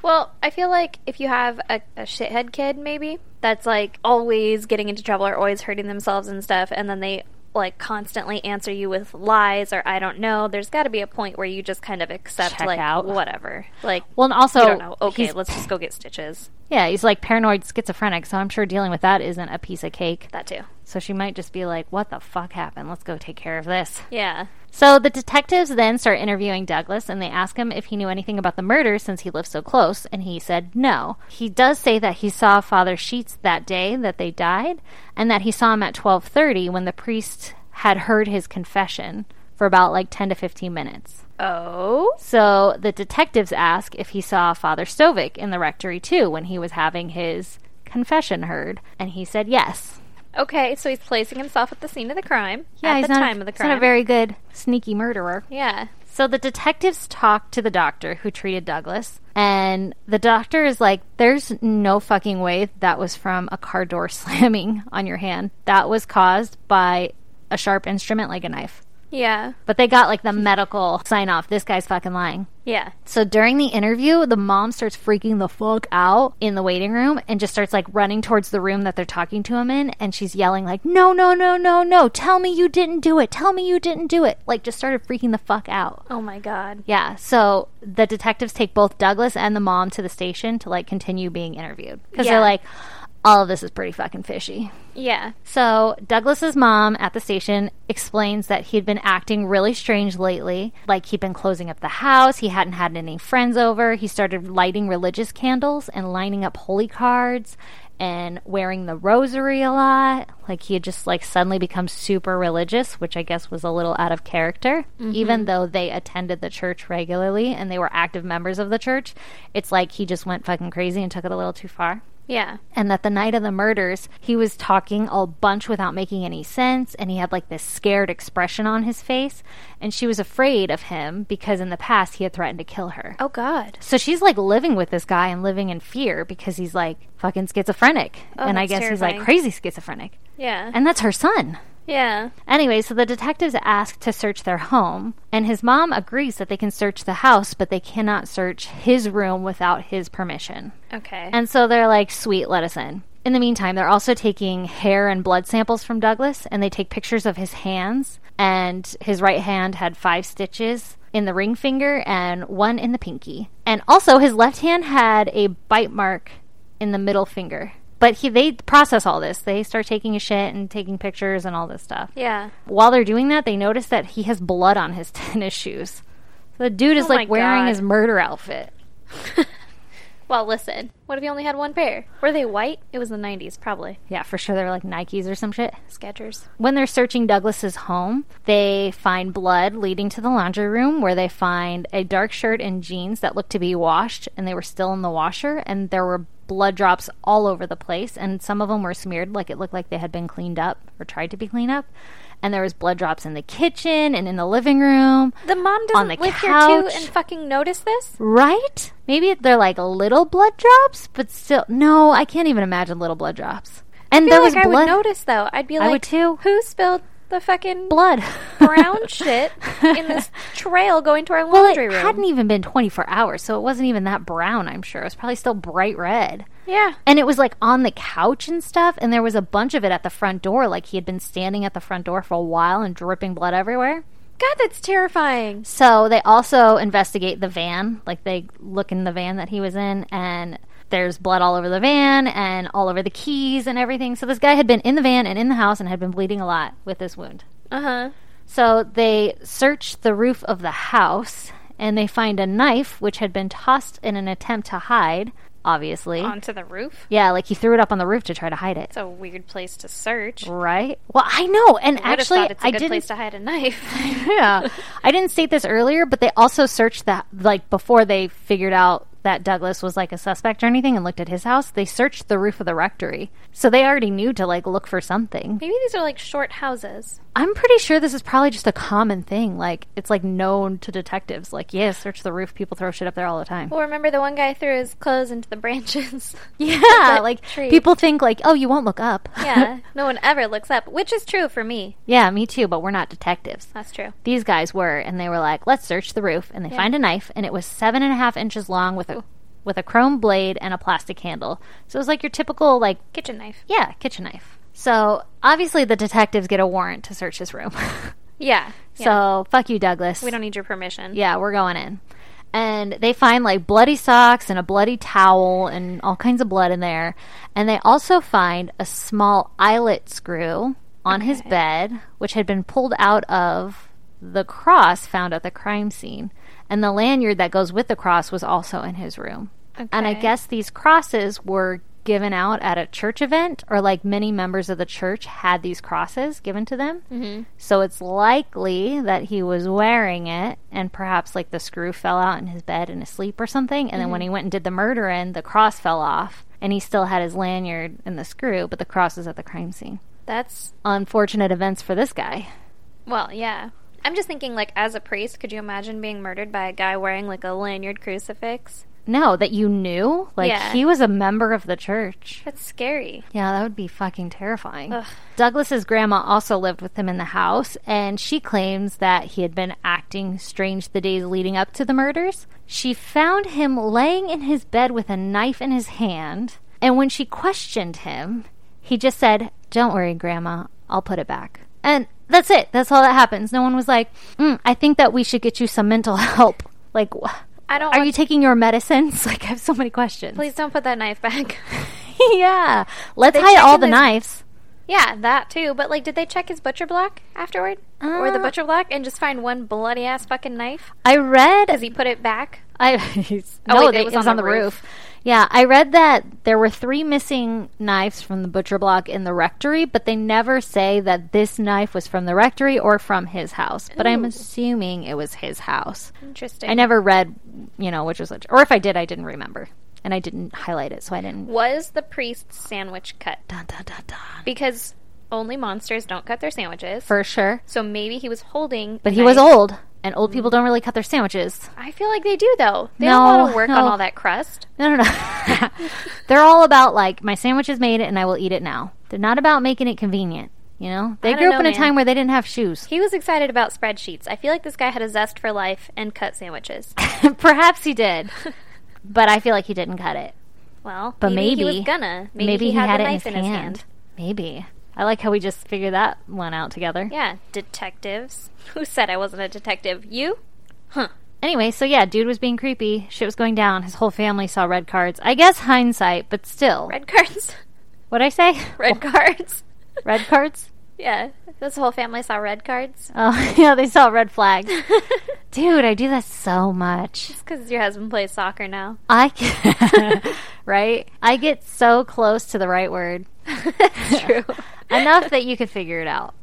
S2: Well, I feel like if you have a, a shithead kid, maybe that's like always getting into trouble or always hurting themselves and stuff, and then they like constantly answer you with lies or I don't know. There's got to be a point where you just kind of accept
S1: Check
S2: like
S1: out.
S2: whatever. Like,
S1: Well, and also,
S2: you don't know. Okay,
S1: he's-
S2: let's just go get stitches.
S1: yeah, he's like paranoid schizophrenic, so I'm sure dealing with that isn't a piece of cake.
S2: That too.
S1: So she might just be like, what the fuck happened? Let's go take care of this.
S2: Yeah.
S1: So the detectives then start interviewing Douglas and they ask him if he knew anything about the murder since he lived so close, and he said no. He does say that he saw Father Sheets that day that they died, and that he saw him at 12:30 when the priest had heard his confession for about like 10 to 15 minutes.
S2: Oh.
S1: So the detectives ask if he saw Father Stovic in the rectory too when he was having his confession heard, and he said yes.
S2: Okay, so he's placing himself at the scene of the crime. at the
S1: not,
S2: time of the
S1: he's
S2: crime.
S1: not a very good sneaky murderer.
S2: yeah.
S1: So the detectives talk to the doctor who treated Douglas, and the doctor is like, "There's no fucking way that was from a car door [LAUGHS] slamming on your hand. That was caused by a sharp instrument like a knife."
S2: Yeah.
S1: But they got like the medical sign off. This guy's fucking lying.
S2: Yeah.
S1: So during the interview, the mom starts freaking the fuck out in the waiting room and just starts like running towards the room that they're talking to him in. And she's yelling, like, no, no, no, no, no. Tell me you didn't do it. Tell me you didn't do it. Like, just started freaking the fuck out.
S2: Oh my god.
S1: Yeah. So the detectives take both Douglas and the mom to the station to like continue being interviewed because
S2: Yeah.
S1: they're like, all of this is pretty fucking fishy.
S2: Yeah.
S1: So Douglas's mom at the station explains that he'd been acting really strange lately. Like he'd been closing up the house, he hadn't had any friends over, he started lighting religious candles and lining up holy cards and wearing the rosary a lot. Like he had just like suddenly become super religious, which I guess was a little out of character. Even though they attended the church regularly and they were active members of the church, it's like he just went fucking crazy and took it a little too far
S2: Yeah.
S1: and that the night of the murders, he was talking a bunch without making any sense, and he had like this scared expression on his face. And she was afraid of him because in the past he had threatened to kill her.
S2: Oh god.
S1: So she's like living with this guy and living in fear because he's like fucking schizophrenic. and I
S2: Oh, that's
S1: guess he's
S2: terrifying.
S1: like crazy schizophrenic.
S2: Yeah.
S1: And that's her son.
S2: yeah.
S1: Anyway, so the detectives ask to search their home, and his mom agrees that they can search the house, but they cannot search his room without his permission.
S2: Okay.
S1: And so they're like, sweet, let us in. In the meantime, they're also taking hair and blood samples from Douglas and they take pictures of his hands. And his right hand had five stitches in the ring finger and one in the pinky. And also, his left hand had a bite mark in the middle finger. But he, they process all this. They start taking a shit and taking pictures and all this stuff.
S2: Yeah.
S1: While they're doing that, they notice that he has blood on his [LAUGHS] tennis shoes. So the dude is
S2: Oh
S1: like
S2: my
S1: wearing
S2: God.
S1: his murder outfit.
S2: Well, listen. What if he only had one pair? Were they white? It was the 90s, probably.
S1: Yeah, for sure. They're like Nikes or some shit.
S2: Skechers.
S1: When they're searching Douglas's home, they find blood leading to the laundry room where they find a dark shirt and jeans that looked to be washed and they were still in the washer and there were blood drops all over the place and some of them were smeared like it looked like they had been cleaned up or tried to be cleaned up. And there was blood drops in the kitchen and in the living room.
S2: The mom doesn't
S1: the
S2: live here too
S1: couch.
S2: and fucking notice this?
S1: Right? Maybe they're like little blood drops, but still no, I can't even imagine little blood drops. And
S2: I
S1: there
S2: feel
S1: was
S2: like I would
S1: blood
S2: notice though. I'd be
S1: I
S2: like,
S1: would too.
S2: Who spilled the fucking
S1: blood.
S2: brown shit
S1: [LAUGHS]
S2: in this trail going to our
S1: Well,
S2: laundry
S1: it
S2: room?
S1: hadn't even been 24 hours, so it wasn't even that brown, I'm sure. It was probably still bright red.
S2: yeah.
S1: And it was like on the couch and stuff, and there was a bunch of it at the front door. Like he had been standing at the front door for a while and dripping blood everywhere.
S2: God, that's terrifying.
S1: So they also investigate the van. Like they look in the van that he was in, and there's blood all over the van and all over the keys and everything. So this guy had been in the van and in the house and had been bleeding a lot with this wound.
S2: Uh huh.
S1: So they search the roof of the house and they find a knife which had been tossed in an attempt to hide, obviously.
S2: Onto the roof.
S1: yeah, like he threw it up on the roof to try to hide it.
S2: It's a weird place to search.
S1: Right? Well, I know. And actually,
S2: thought it's a
S1: I
S2: good
S1: didn't
S2: place to hide a knife.
S1: [LAUGHS]
S2: [LAUGHS]
S1: yeah. I didn't state this earlier, but they also searched that, like, before they figured out that Douglas was, like, a suspect or anything and looked at his house, they searched the roof of the rectory. So they already knew to, like, look for something.
S2: Maybe these are like short houses.
S1: I'm pretty sure this is probably just a common thing. Like, it's, like, known to detectives. Like, yeah, search the roof. People throw shit up there all the time.
S2: Well, remember the one guy threw his clothes into the branches.
S1: [LAUGHS]
S2: [LAUGHS]
S1: yeah. Like,
S2: tree.
S1: people think, like, oh, you won't look up.
S2: yeah, [LAUGHS] no one ever looks up, which is true for me.
S1: [LAUGHS] yeah, me too, but we're not detectives.
S2: That's true.
S1: these guys were, and they were like, "Let's search the roof." And they find a knife, and it was seven and a half inches long with a with a chrome blade and a plastic handle. So it was like your typical like
S2: Kitchen knife.
S1: yeah kitchen knife. So obviously the detectives get a warrant to search his room. [LAUGHS]
S2: Yeah. So
S1: So fuck you, Douglas.
S2: we don't need your permission.
S1: yeah, we're going in. And they find like bloody socks and a bloody towel and all kinds of blood in there. And they also find a small eyelet screw on his bed, which had been pulled out of the cross found at the crime scene. And the lanyard that goes with the cross was also in his room. And I
S2: Okay.
S1: guess these crosses were given out at a church event, or like many members of the church had these crosses given to them. So it's likely that he was wearing it, and perhaps like the screw fell out in his bed in his sleep or something. And then when he went and did the murder in, the cross fell off, and he still had his lanyard and the screw, but the cross is at the crime scene.
S2: That's
S1: Unfortunate events for this guy.
S2: well, yeah. I'm just thinking like as a priest, could you imagine being murdered by a guy wearing like a lanyard crucifix?
S1: No, that you knew, like
S2: Yeah.
S1: he was a member of the church.
S2: That's scary.
S1: Yeah, that would be fucking terrifying.
S2: Ugh.
S1: Douglas's grandma also lived with him in the house, and she claims that he had been acting strange the days leading up to the murders. She found him laying in his bed with a knife in his hand, and when she questioned him, he just said, Don't worry, Grandma, I'll put it back. And that's it. That's all that happens. No one was like, mm, I think that we should get you some mental [LAUGHS] help. Like, wh-
S2: I don't
S1: are
S2: want-
S1: you taking your medicines? [LAUGHS] Like, I have so many questions.
S2: please don't put that knife back.
S1: [LAUGHS]
S2: [LAUGHS]
S1: yeah. Let's
S2: They
S1: hide
S2: check
S1: all
S2: in
S1: the
S2: his-
S1: knives.
S2: yeah, that too. But like did they check his butcher block afterward? or the
S1: Uh,
S2: butcher block and just find one bloody ass fucking knife?
S1: I [LAUGHS] read.
S2: Because he put it back?
S1: I he's-
S2: Oh,
S1: no,
S2: wait,
S1: they- it was on the, roof.
S2: roof.
S1: Yeah, I read that there were three missing knives from the butcher block in the rectory, but they never say that this knife was from the rectory or from his house. But I'm assuming it was his house.
S2: Interesting.
S1: I never read, you know, which was which, or if I did, I didn't remember, and I didn't highlight it, so I didn't.
S2: Was the priest's sandwich cut?
S1: Dun, dun, dun, dun.
S2: Because only monsters don't cut their sandwiches.
S1: For sure,
S2: so maybe he was holding.
S1: but
S2: a
S1: he was
S2: knife.
S1: old, and old people don't really cut their sandwiches.
S2: I feel like they do though. They
S1: No,
S2: don't want to work on
S1: no.
S2: all that crust.
S1: No, no, no. [LAUGHS] They're all about like my sandwich is made and I will eat it now. They're not about making it convenient. You know, they
S2: don't
S1: grew up
S2: know,
S1: in a
S2: man.
S1: time where they didn't have shoes. [LAUGHS]
S2: He was excited about spreadsheets. I feel like this guy had a zest
S1: [COUGHS]
S2: for life and cut sandwiches. [LAUGHS]
S1: Perhaps he did, but I feel like he didn't cut it.
S2: Well,
S1: But
S2: maybe, he
S1: maybe-
S2: was gonna. Maybe,
S1: Maybe,
S2: he, had,
S1: it
S2: the knife in his hand.
S1: Maybe. I like how we just figured that one out together.
S2: Yeah, detectives. [LAUGHS] Who said I wasn't a detective? You? Huh.
S1: Anyway, so yeah, dude was being creepy. Shit was going down. His whole family saw red cards. I guess hindsight, but still.
S2: Red cards. [LAUGHS]
S1: What'd I say?
S2: Red cards. [LAUGHS]
S1: red cards?
S2: Yeah, this whole family saw red cards.
S1: Oh, [LAUGHS] yeah, they saw red
S2: [LAUGHS]
S1: flags.
S2: It's
S1: Dude, I do that so much.
S2: because your husband plays soccer now.
S1: I [LAUGHS] get, right? I get so close to the right word. [LAUGHS]
S2: That's true.
S1: Enough that you could figure it [LAUGHS] out.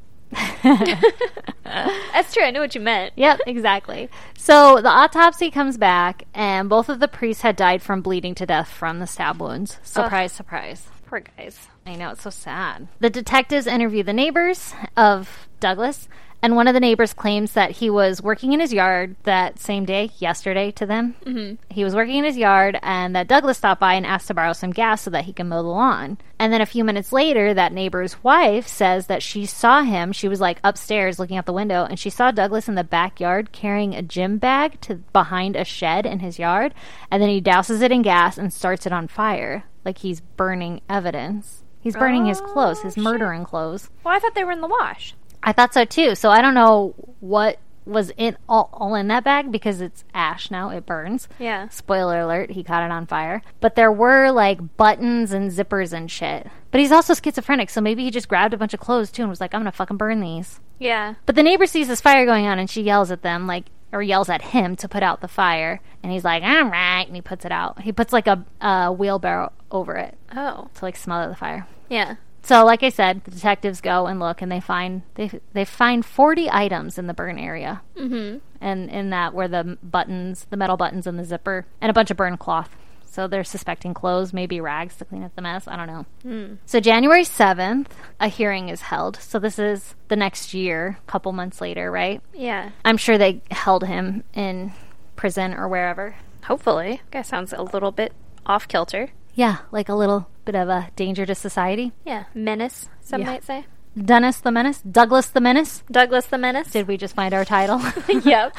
S2: That's true. I know what you meant.
S1: Yep, exactly. So the autopsy comes back, and both of the priests had died from bleeding to death from the stab wounds. Surprise, surprise.
S2: Poor guys.
S1: I know, it's so sad. The detectives interview the neighbors of Douglas, and one of the neighbors claims that he was working in his yard that same day, yesterday, to them. Mm-hmm. He was working in his yard, and that Douglas stopped by and asked to borrow some gas so that he could mow the lawn. And then a few minutes later, that neighbor's wife says that she saw him. She was like upstairs looking out the window, and she saw Douglas in the backyard carrying a gym bag to behind a shed in his yard, and then he douses it in gas and starts it on fire. Like he's burning evidence. He's burning his clothes, his murdering clothes.
S2: Well, I thought they were in the wash.
S1: I thought so too. So I don't know what was in all, all in that bag because it's ash now. It burns.
S2: Yeah.
S1: Spoiler alert, he caught it on fire. But there were like buttons and zippers and shit. But he's also schizophrenic, so maybe he just grabbed a bunch of clothes too and was like, I'm gonna fucking burn these.
S2: Yeah.
S1: But the neighbor sees this fire going on and she yells at them, like, or yells at him to put out the fire. And he's like, all right. And he puts it out. He puts like a, a wheelbarrow over it
S2: Oh.
S1: to like smother the fire.
S2: Yeah.
S1: So, like I said, the detectives go and look, and they find they they find forty items in the burn area, mm-hmm. and in that where the buttons, the metal buttons, and the zipper, and a bunch of burned cloth. So they're suspecting clothes, maybe rags to clean up the mess. I don't know. So January seventh, a hearing is held. So this is the next year, couple months later, right?
S2: Yeah.
S1: I'm sure they held him in prison or wherever.
S2: Hopefully. Guy sounds a little bit off kilter.
S1: Yeah, like a little bit of a danger to society.
S2: Yeah. Menace, some might say.
S1: Dennis the Menace, Douglas the Menace.
S2: Douglas the Menace.
S1: Did we just find our title?
S2: [LAUGHS]
S1: [LAUGHS]
S2: yep.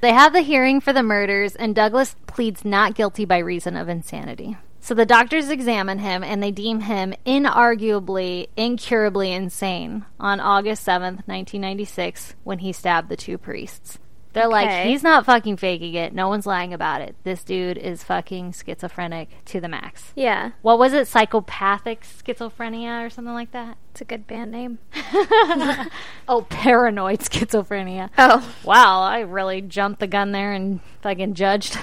S1: They have the hearing for the murders, and Douglas pleads not guilty by reason of insanity. So the doctors examine him and they deem him inarguably, incurably insane on August 7th, 1996, when he stabbed the two priests. They're like,
S2: Okay.
S1: he's not fucking faking it. No one's lying about it. This dude is fucking schizophrenic to the max.
S2: Yeah.
S1: What was it? Psychopathic schizophrenia or something like
S2: [LAUGHS]
S1: that?
S2: It's a good
S1: [LAUGHS]
S2: band name. [LAUGHS]
S1: Oh, [LAUGHS] paranoid schizophrenia. [LAUGHS]
S2: Oh. [LAUGHS]
S1: Wow, I really jumped the gun there and fucking [LAUGHS] judged.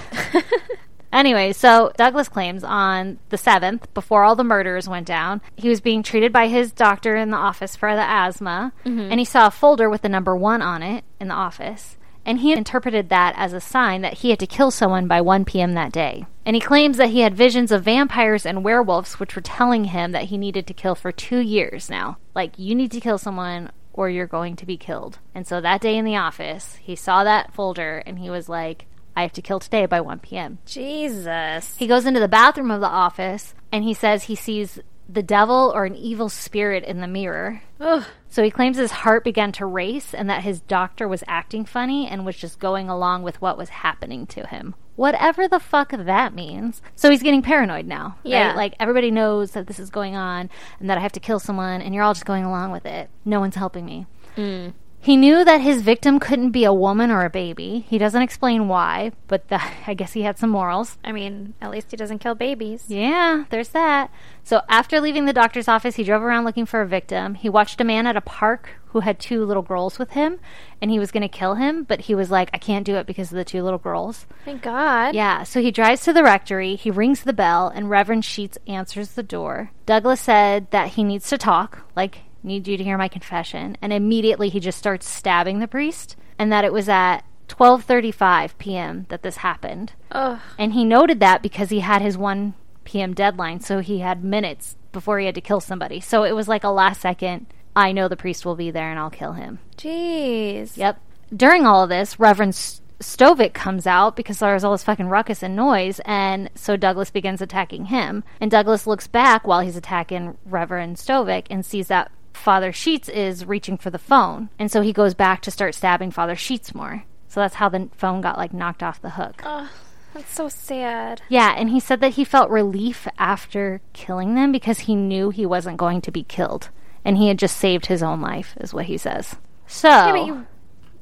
S1: anyway, so Douglas claims on the 7th, before all the murders went down, he was being treated by his doctor in the office for the asthma, and he saw a folder with the number one on it in the office. And he interpreted that as a sign that he had to kill someone by 1 p.m. that day. And he claims that he had visions of vampires and werewolves, which were telling him that he needed to kill for two years now. Like, you need to kill someone or you're going to be killed. And so that day in the office, he saw that folder and he was like, I have to kill today by 1 p.m.
S2: Jesus.
S1: He goes into the bathroom of the office and he says he sees the devil or an evil spirit in the mirror.
S2: Ugh.
S1: So he claims his heart began to race and that his doctor was acting funny and was just going along with what was happening to him. Whatever the fuck that means. So he's getting paranoid now. right?
S2: Yeah.
S1: Like everybody knows that this is going on and that I have to kill someone and you're all just going along with it. No one's helping me.
S2: Mm.
S1: He knew that his victim couldn't be a woman or a baby. He doesn't explain why, but the, [LAUGHS] I guess he had some morals.
S2: I mean, at least he doesn't kill babies.
S1: Yeah, there's that. So after leaving the doctor's office, he drove around looking for a victim. He watched a man at a park who had two little girls with him, and he was going to kill him, but he was like, I can't do it because of the two little girls.
S2: Thank God.
S1: Yeah, so he drives to the rectory, he rings the bell, and Reverend Sheets answers the door. Douglas said that he needs to talk, like, need you to hear my confession, and immediately he just starts stabbing the priest, and that it was at 12:35 p.m. that this happened.
S2: Ugh.
S1: And he noted that because he had his 1 p.m. deadline, so he had minutes before he had to kill somebody. So it was like a last second, I know the priest will be there and I'll kill him.
S2: Jeez.
S1: Yep. During all of this, Reverend S- Stovic comes out because there was all this fucking ruckus and noise, and so Douglas begins attacking him. And Douglas looks back while he's attacking Reverend Stovic and sees that Father Sheets is reaching for the phone, and so he
S2: Uh.
S1: goes back to start stabbing Father Sheets more. So that's how the phone got like knocked off the hook.
S2: That's so sad.
S1: Yeah, and he said that he felt relief after killing them because he knew he wasn't going to be killed. And he had just saved his own life, is what he says. So,
S2: Yeah, but you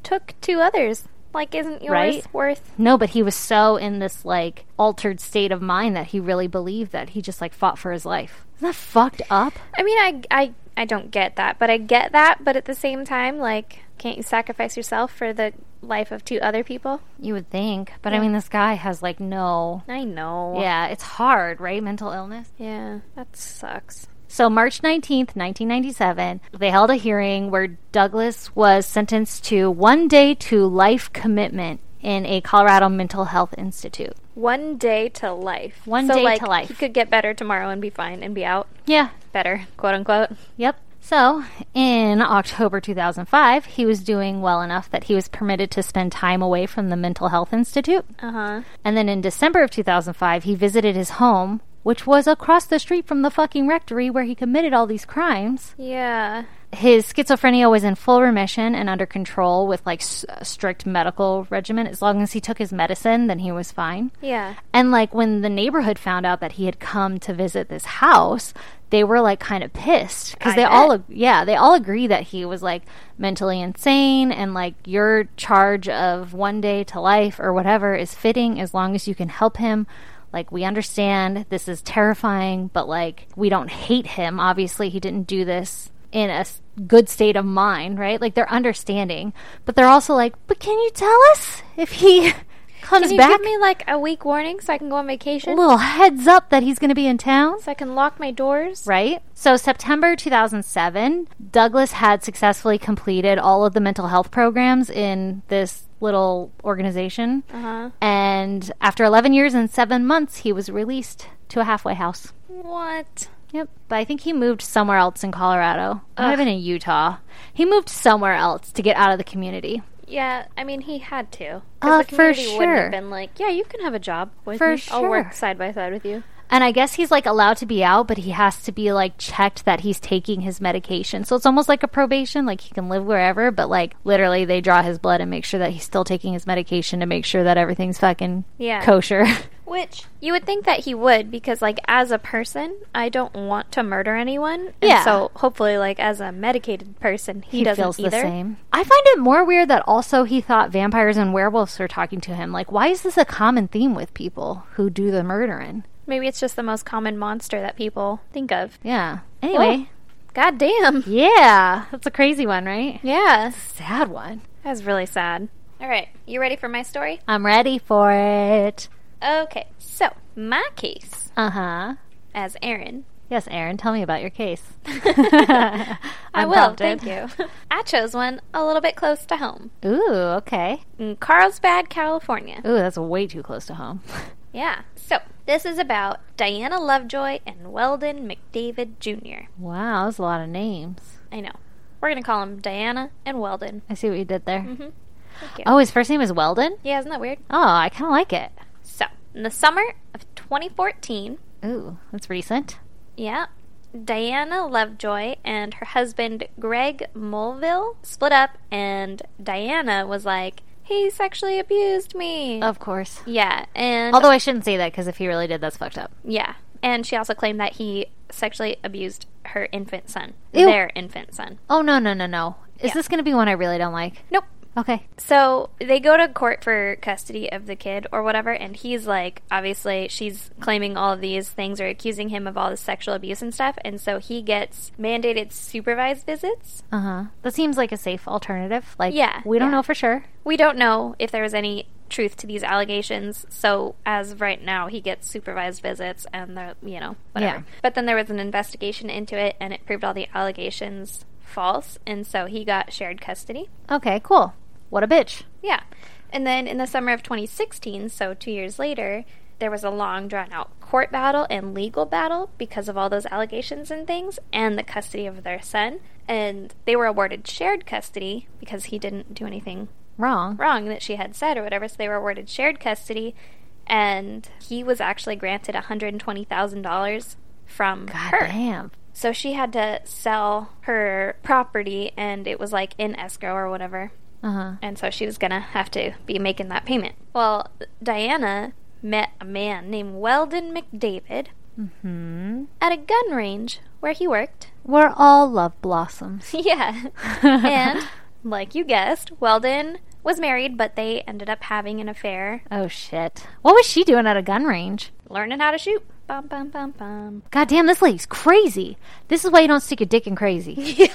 S2: took two others. Like, isn't yours
S1: Right?
S2: worth?
S1: no, but he was so in this like altered state of mind that he really believed that he just like fought for his life. Isn't that fucked up?
S2: I mean, I, I, I don't get that, but I get that. But at the same time, like, can't you sacrifice yourself for the life of two other people?
S1: You would think. But I mean, this guy has like no.
S2: I know.
S1: Yeah, it's hard, right? Mental illness.
S2: Yeah. That sucks.
S1: So, March 19th, 1997, they held a hearing where Douglas was sentenced to one day to life commitment in a Colorado mental health institute.
S2: One day to life.
S1: One
S2: so,
S1: day
S2: like,
S1: to life.
S2: He could get better tomorrow and be fine and be out
S1: Yeah.
S2: better, quote unquote.
S1: Yep. So, in October 2005, he was doing well enough that he was permitted to spend time away from the Mental Health Institute.
S2: Uh huh.
S1: And then in December of 2005, he visited his home, which was across the street from the fucking rectory where he committed all these crimes.
S2: Yeah.
S1: his schizophrenia was in full remission and under control with like s- strict medical regimen as long as he took his medicine then he was fine
S2: Yeah.
S1: and like when the neighborhood found out that he had come to visit this house they were like kind of pissed because
S2: I
S1: they
S2: bet.
S1: all ag- yeah they all agree that he was like mentally insane and like your charge of one day to life or whatever is fitting as long as you can help him like we understand this is terrifying but like we don't hate him obviously he didn't do this in a s- good state of mind right like they're understanding but they're also like but can you tell us if he [LAUGHS] comes
S2: Can you
S1: back
S2: give me like a week warning so I can go on vacation?
S1: a little heads up that he's going to be in town,
S2: So I can lock my doors?
S1: right? So, September 2007, Douglas had successfully completed all of the mental health programs in this little organization.
S2: Uh-huh.
S1: And after 11 years and seven months, he was released to a halfway house.
S2: What?
S1: Yep. But I think he moved somewhere else in Colorado. Might have
S2: Ugh.
S1: been in Utah. He moved somewhere else to get out of the community.
S2: Yeah, I mean, he had to.
S1: Uh,
S2: Because the
S1: for
S2: community wouldn't
S1: sure.
S2: have been like, yeah, you can have a job with
S1: For
S2: me. I'll
S1: sure.
S2: work side by side with you.
S1: And I guess he's like allowed to be out, but he has to be like checked that he's taking his medication. So it's almost like a probation. Like he can live wherever, but like literally they draw his blood and make sure that he's still taking his medication to make sure that everything's fucking
S2: Yeah.
S1: kosher.
S2: Which you would think that he would because, like, as a person, I don't want to murder anyone. And
S1: Yeah.
S2: So hopefully, like, as a medicated person, [LAUGHS] he,
S1: he
S2: doesn't
S1: feels
S2: either.
S1: the same. I find it more weird that also he thought vampires and werewolves were talking to him. Like, why is this a common theme with people who do the murdering?
S2: Maybe it's just the most common monster that people think of.
S1: Yeah. Anyway,
S2: Oh. God damn.
S1: yeah, that's a crazy one, right?
S2: Yeah.
S1: Sad one.
S2: That's really sad. All right. You ready for my story?
S1: I'm ready for it.
S2: Okay. So, my case
S1: Uh huh.
S2: as [LAUGHS] Aaron
S1: Yes, Aaron, tell me about your
S2: [LAUGHS]
S1: case. [LAUGHS]
S2: I I
S1: I'm
S2: will.
S1: prompted.
S2: Thank you.
S1: [LAUGHS]
S2: I chose one a little bit close to home
S1: Ooh, okay.
S2: in Carlsbad, California.
S1: Ooh, that's way too close to home. [LAUGHS]
S2: Yeah. So this is about Diana Lovejoy and Weldon McDavid Jr.
S1: wow, that's a lot of names.
S2: I know. We're gonna call them Diana and Weldon.
S1: I see what you did there.
S2: Mm-hmm. Thank you.
S1: Oh, his first name is Weldon?
S2: Yeah, isn't that weird?
S1: Oh, I kind of like it.
S2: So in the summer of 2014,
S1: Ooh, that's recent.
S2: yeah, Diana Lovejoy and her husband Greg Mulville split up, and Diana was like, "He sexually abused me."
S1: Of course.
S2: yeah, and
S1: Although I shouldn't say that because if he really did, that's fucked up.
S2: Yeah. And she also claimed that he sexually abused her infant son,
S1: Ew.
S2: their infant son.
S1: Oh, no, no, no, no. Is
S2: Yeah.
S1: this going to be one I really don't like?
S2: Nope.
S1: Okay.
S2: So they go to court for custody of the kid or whatever, and he's like, obviously, she's claiming all of these things or accusing him of all this sexual abuse and stuff, and so he gets mandated supervised visits.
S1: Uh huh. That seems like a safe alternative. Like,
S2: Yeah,
S1: we don't
S2: yeah.
S1: know for sure.
S2: We don't know if there was any truth to these allegations, so as of right now, he gets supervised visits and the you know whatever.
S1: Yeah.
S2: But then there was an investigation into it, and it proved all the allegations false, and so he got shared custody.
S1: Okay, cool. What a bitch.
S2: Yeah. And then in the summer of 2016, so two years later, there was a long drawn out court battle and legal battle because of all those allegations and things and the custody of their son. And they were awarded shared custody because he didn't do anything
S1: Wrong.
S2: wrong that she had said or whatever. So they were awarded shared custody, and he was actually granted one hundred twenty thousand dollars from
S1: God
S2: her.
S1: damn.
S2: So she had to sell her property, and it was like in escrow or whatever.
S1: Uh huh.
S2: And so she was gonna have to be making that payment. Well, Diana met a man named Weldon McDavid at a gun range where he worked. [LAUGHS]
S1: We're all love blossoms. [LAUGHS]
S2: Yeah. and, like you guessed, Weldon was married, but they ended up having an affair,
S1: oh shit. What was she doing at a gun range?
S2: learning how to shoot. Bum, bum, bum, bum.
S1: God damn, this lady's crazy. This is why you don't stick your dick in
S2: [LAUGHS]
S1: crazy.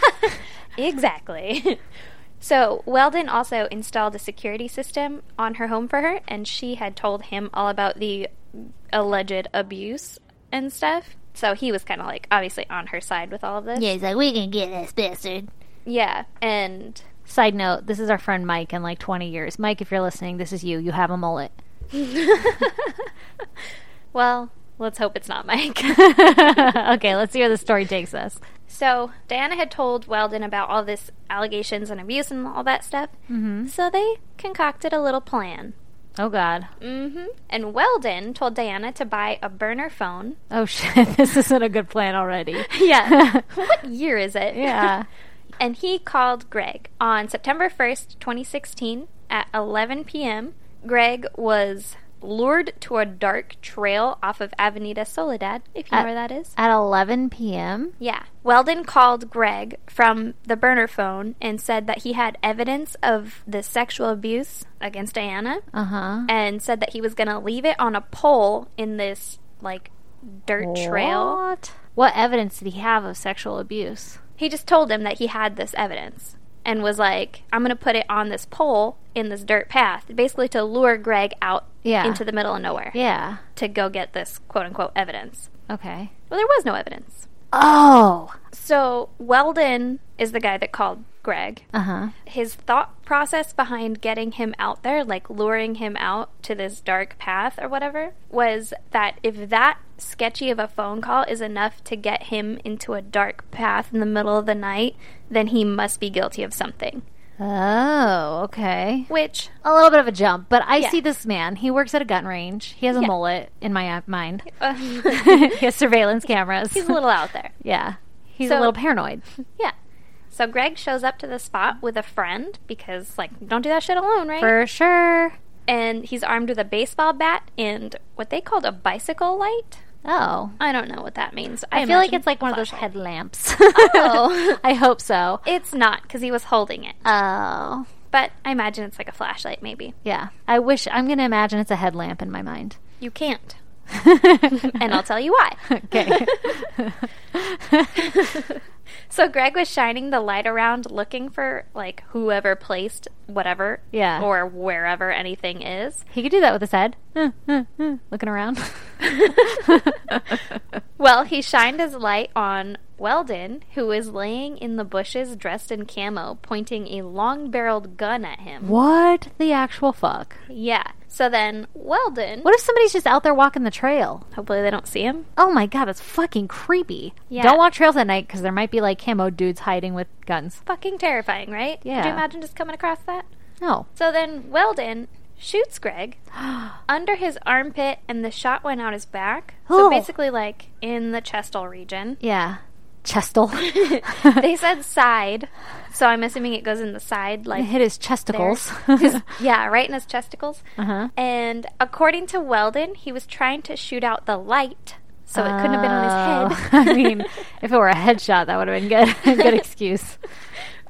S2: Exactly. [LAUGHS] so, Weldon also installed a security system on her home for her, and she had told him all about the alleged abuse and stuff. So, he was kind of like obviously on her side with all of this.
S1: he's like, we can get this bastard.
S2: Yeah. And
S1: Side note, this is our friend Mike in like 20 years. Mike, if you're listening, this is you. You have a mullet. [LAUGHS]
S2: Well, let's hope it's not Mike. [LAUGHS]
S1: okay, let's see where the story takes us.
S2: so, Diana had told Weldon about all this allegations and abuse and all that stuff. Mm-hmm. So they concocted a little plan.
S1: Oh, God.
S2: Mm-hmm. And Weldon told Diana to buy a
S1: [LAUGHS]
S2: burner phone.
S1: Oh, shit. This isn't a good plan
S2: [LAUGHS]
S1: already. [LAUGHS]
S2: Yeah. what year is it?
S1: Yeah.
S2: and he called Greg on September 1st, 2016 at 11 p.m. Greg was lured to a dark trail off of Avenida Soledad, if you know
S1: Uh,
S2: where that is.
S1: At 11 p.m.?
S2: Yeah. Weldon called Greg from the burner phone and said that he had evidence of the sexual abuse against Diana
S1: Uh huh.
S2: and said that he was going to leave it on a pole in this, like, dirt trail.
S1: What? What evidence did he have of sexual abuse?
S2: He just told him that he had this evidence and was like, I'm going to put it on this pole in this dirt path, basically to lure Greg out
S1: Yeah.
S2: into the middle of nowhere
S1: Yeah.
S2: to go get this quote unquote evidence.
S1: Okay.
S2: Well, there was no evidence.
S1: Oh.
S2: So, Weldon is the guy that called Greg.
S1: Uh huh.
S2: his thought process behind getting him out there, like luring him out to this dark path or whatever, was that if that sketchy of a phone call is enough to get him into a dark path in the middle of the night, then he must be guilty of something.
S1: Oh, okay.
S2: Which,
S1: A little bit of a jump, but I
S2: Yeah.
S1: see this man. He works at a gun range. He has a
S2: Yeah.
S1: mullet in my uh, mind. [LAUGHS]
S2: uh, [LAUGHS]
S1: he
S2: he's
S1: has surveillance cameras.
S2: a little out there.
S1: [LAUGHS] yeah. He's a
S2: So-
S1: little paranoid.
S2: Yeah. So Greg shows up to the spot with a friend because, like, don't do that shit alone, right?
S1: For sure.
S2: and he's armed with a baseball bat and what they called a bicycle light.
S1: Oh.
S2: I don't know what that means.
S1: I, feel like
S2: imagine
S1: it's like one of those [LAUGHS]
S2: flashlight.
S1: headlamps.
S2: Oh.
S1: I hope so.
S2: It's not because he was holding it,
S1: Oh.
S2: but I imagine it's like a flashlight, maybe.
S1: Yeah. I wish I'm going to imagine it's a headlamp in my mind.
S2: You can't.
S1: and
S2: And I'll tell you why.
S1: [LAUGHS] Okay.
S2: so Greg was shining the light around looking for like whoever placed whatever
S1: Yeah.
S2: or wherever anything is.
S1: he could do that with his head. Uh, uh, uh, Looking around. [LAUGHS]
S2: Well, he shined his light on Weldon, who is laying in the bushes dressed in camo, pointing a long barreled gun at him.
S1: what the actual fuck?
S2: Yeah. So then Weldon
S1: What if somebody's just out there walking the trail?
S2: hopefully they don't see him.
S1: Oh my god, that's fucking creepy.
S2: Yeah.
S1: Don't walk trails at night because there might be like camo dudes hiding with guns.
S2: Fucking terrifying, right? Could
S1: Yeah.
S2: you imagine just coming across that? [GASPS]
S1: No.
S2: So then Weldon shoots Greg under his armpit, and the shot went out his back.
S1: Oh.
S2: So basically, like in the chestal region.
S1: Yeah. Chestle.
S2: [LAUGHS] they said side, so I'm assuming it goes in the side,
S1: It [LAUGHS] [LAUGHS]
S2: like
S1: hit his chesticles.
S2: yeah, right in his chesticles.
S1: [LAUGHS] Uh-huh.
S2: And according to Weldon, he was trying to shoot out the light, so it couldn't have been on his
S1: Oh. [LAUGHS]
S2: head.
S1: I
S2: [LAUGHS]
S1: mean, if it were a headshot, that would have been good. [LAUGHS] good excuse.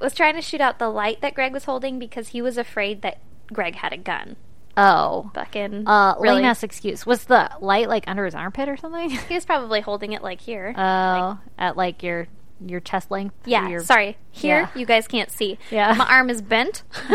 S2: was trying to shoot out the light that Greg was holding because he was afraid that Greg had a gun.
S1: Oh.
S2: Fucking
S1: Uh,
S2: really
S1: lame ass excuse. Was the light like under his armpit or
S2: [LAUGHS]
S1: something?
S2: He was probably holding it like here.
S1: Oh, at like your your chest length. or
S2: Yeah,
S1: your-
S2: sorry. Here,
S1: yeah.
S2: you guys can't see.
S1: Yeah.
S2: My arm is bent.
S1: [LAUGHS]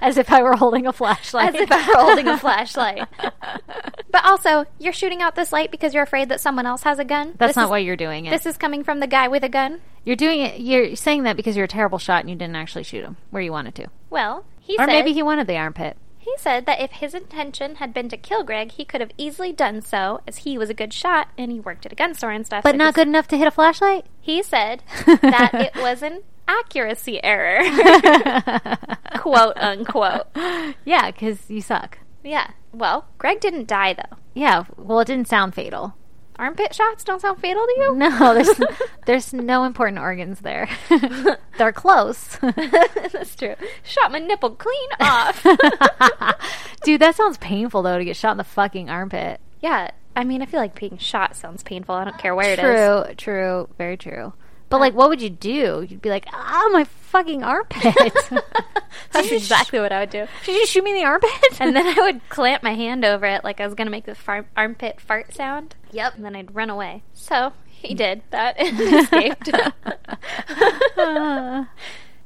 S1: as if I were holding a flashlight.
S2: [LAUGHS] As if I were holding
S1: [LAUGHS]
S2: a flashlight. But also, you're shooting out this light because you're afraid that someone else has a gun.
S1: That's
S2: This
S1: not
S2: is-
S1: why you're doing it.
S2: This is coming from the guy with a gun.
S1: you're doing it. You're saying that because you're a terrible shot and you didn't actually shoot him where you wanted to,
S2: Well, he
S1: or
S2: said
S1: maybe he wanted the armpit.
S2: he said that if his intention had been to kill Greg, he could have easily done so, as he was a good shot and he worked at a gun store and stuff.
S1: But
S2: so
S1: not
S2: his-
S1: good enough to hit a [LAUGHS] flashlight.
S2: He said that it was
S1: [LAUGHS]
S2: an accuracy error, [LAUGHS] quote unquote.
S1: Yeah, because you suck.
S2: Yeah. Well, Greg didn't die though.
S1: Yeah. Well, it didn't sound fatal.
S2: Armpit shots don't sound fatal to you?
S1: No, there's [LAUGHS] there's no important organs there. They're
S2: [LAUGHS]
S1: close.
S2: [LAUGHS] That's true. Shot my nipple clean [LAUGHS] off.
S1: [LAUGHS] Dude, that sounds painful though to get shot in the fucking armpit.
S2: yeah, I mean, I feel like being shot sounds painful. I don't care where it is.
S1: true, [LAUGHS] true, very true. But like what would you do? You'd be like, "Ah, my fucking
S2: [LAUGHS]
S1: armpit."
S2: [LAUGHS] That's exactly what I
S1: [LAUGHS]
S2: would do.
S1: Did you shoot me in the armpit?
S2: And then I would clamp my hand over it like I was going to make the far- armpit fart sound. Yep. And then I'd run away. So
S1: Mm.
S2: he did that
S1: [LAUGHS]
S2: [LAUGHS] and escaped.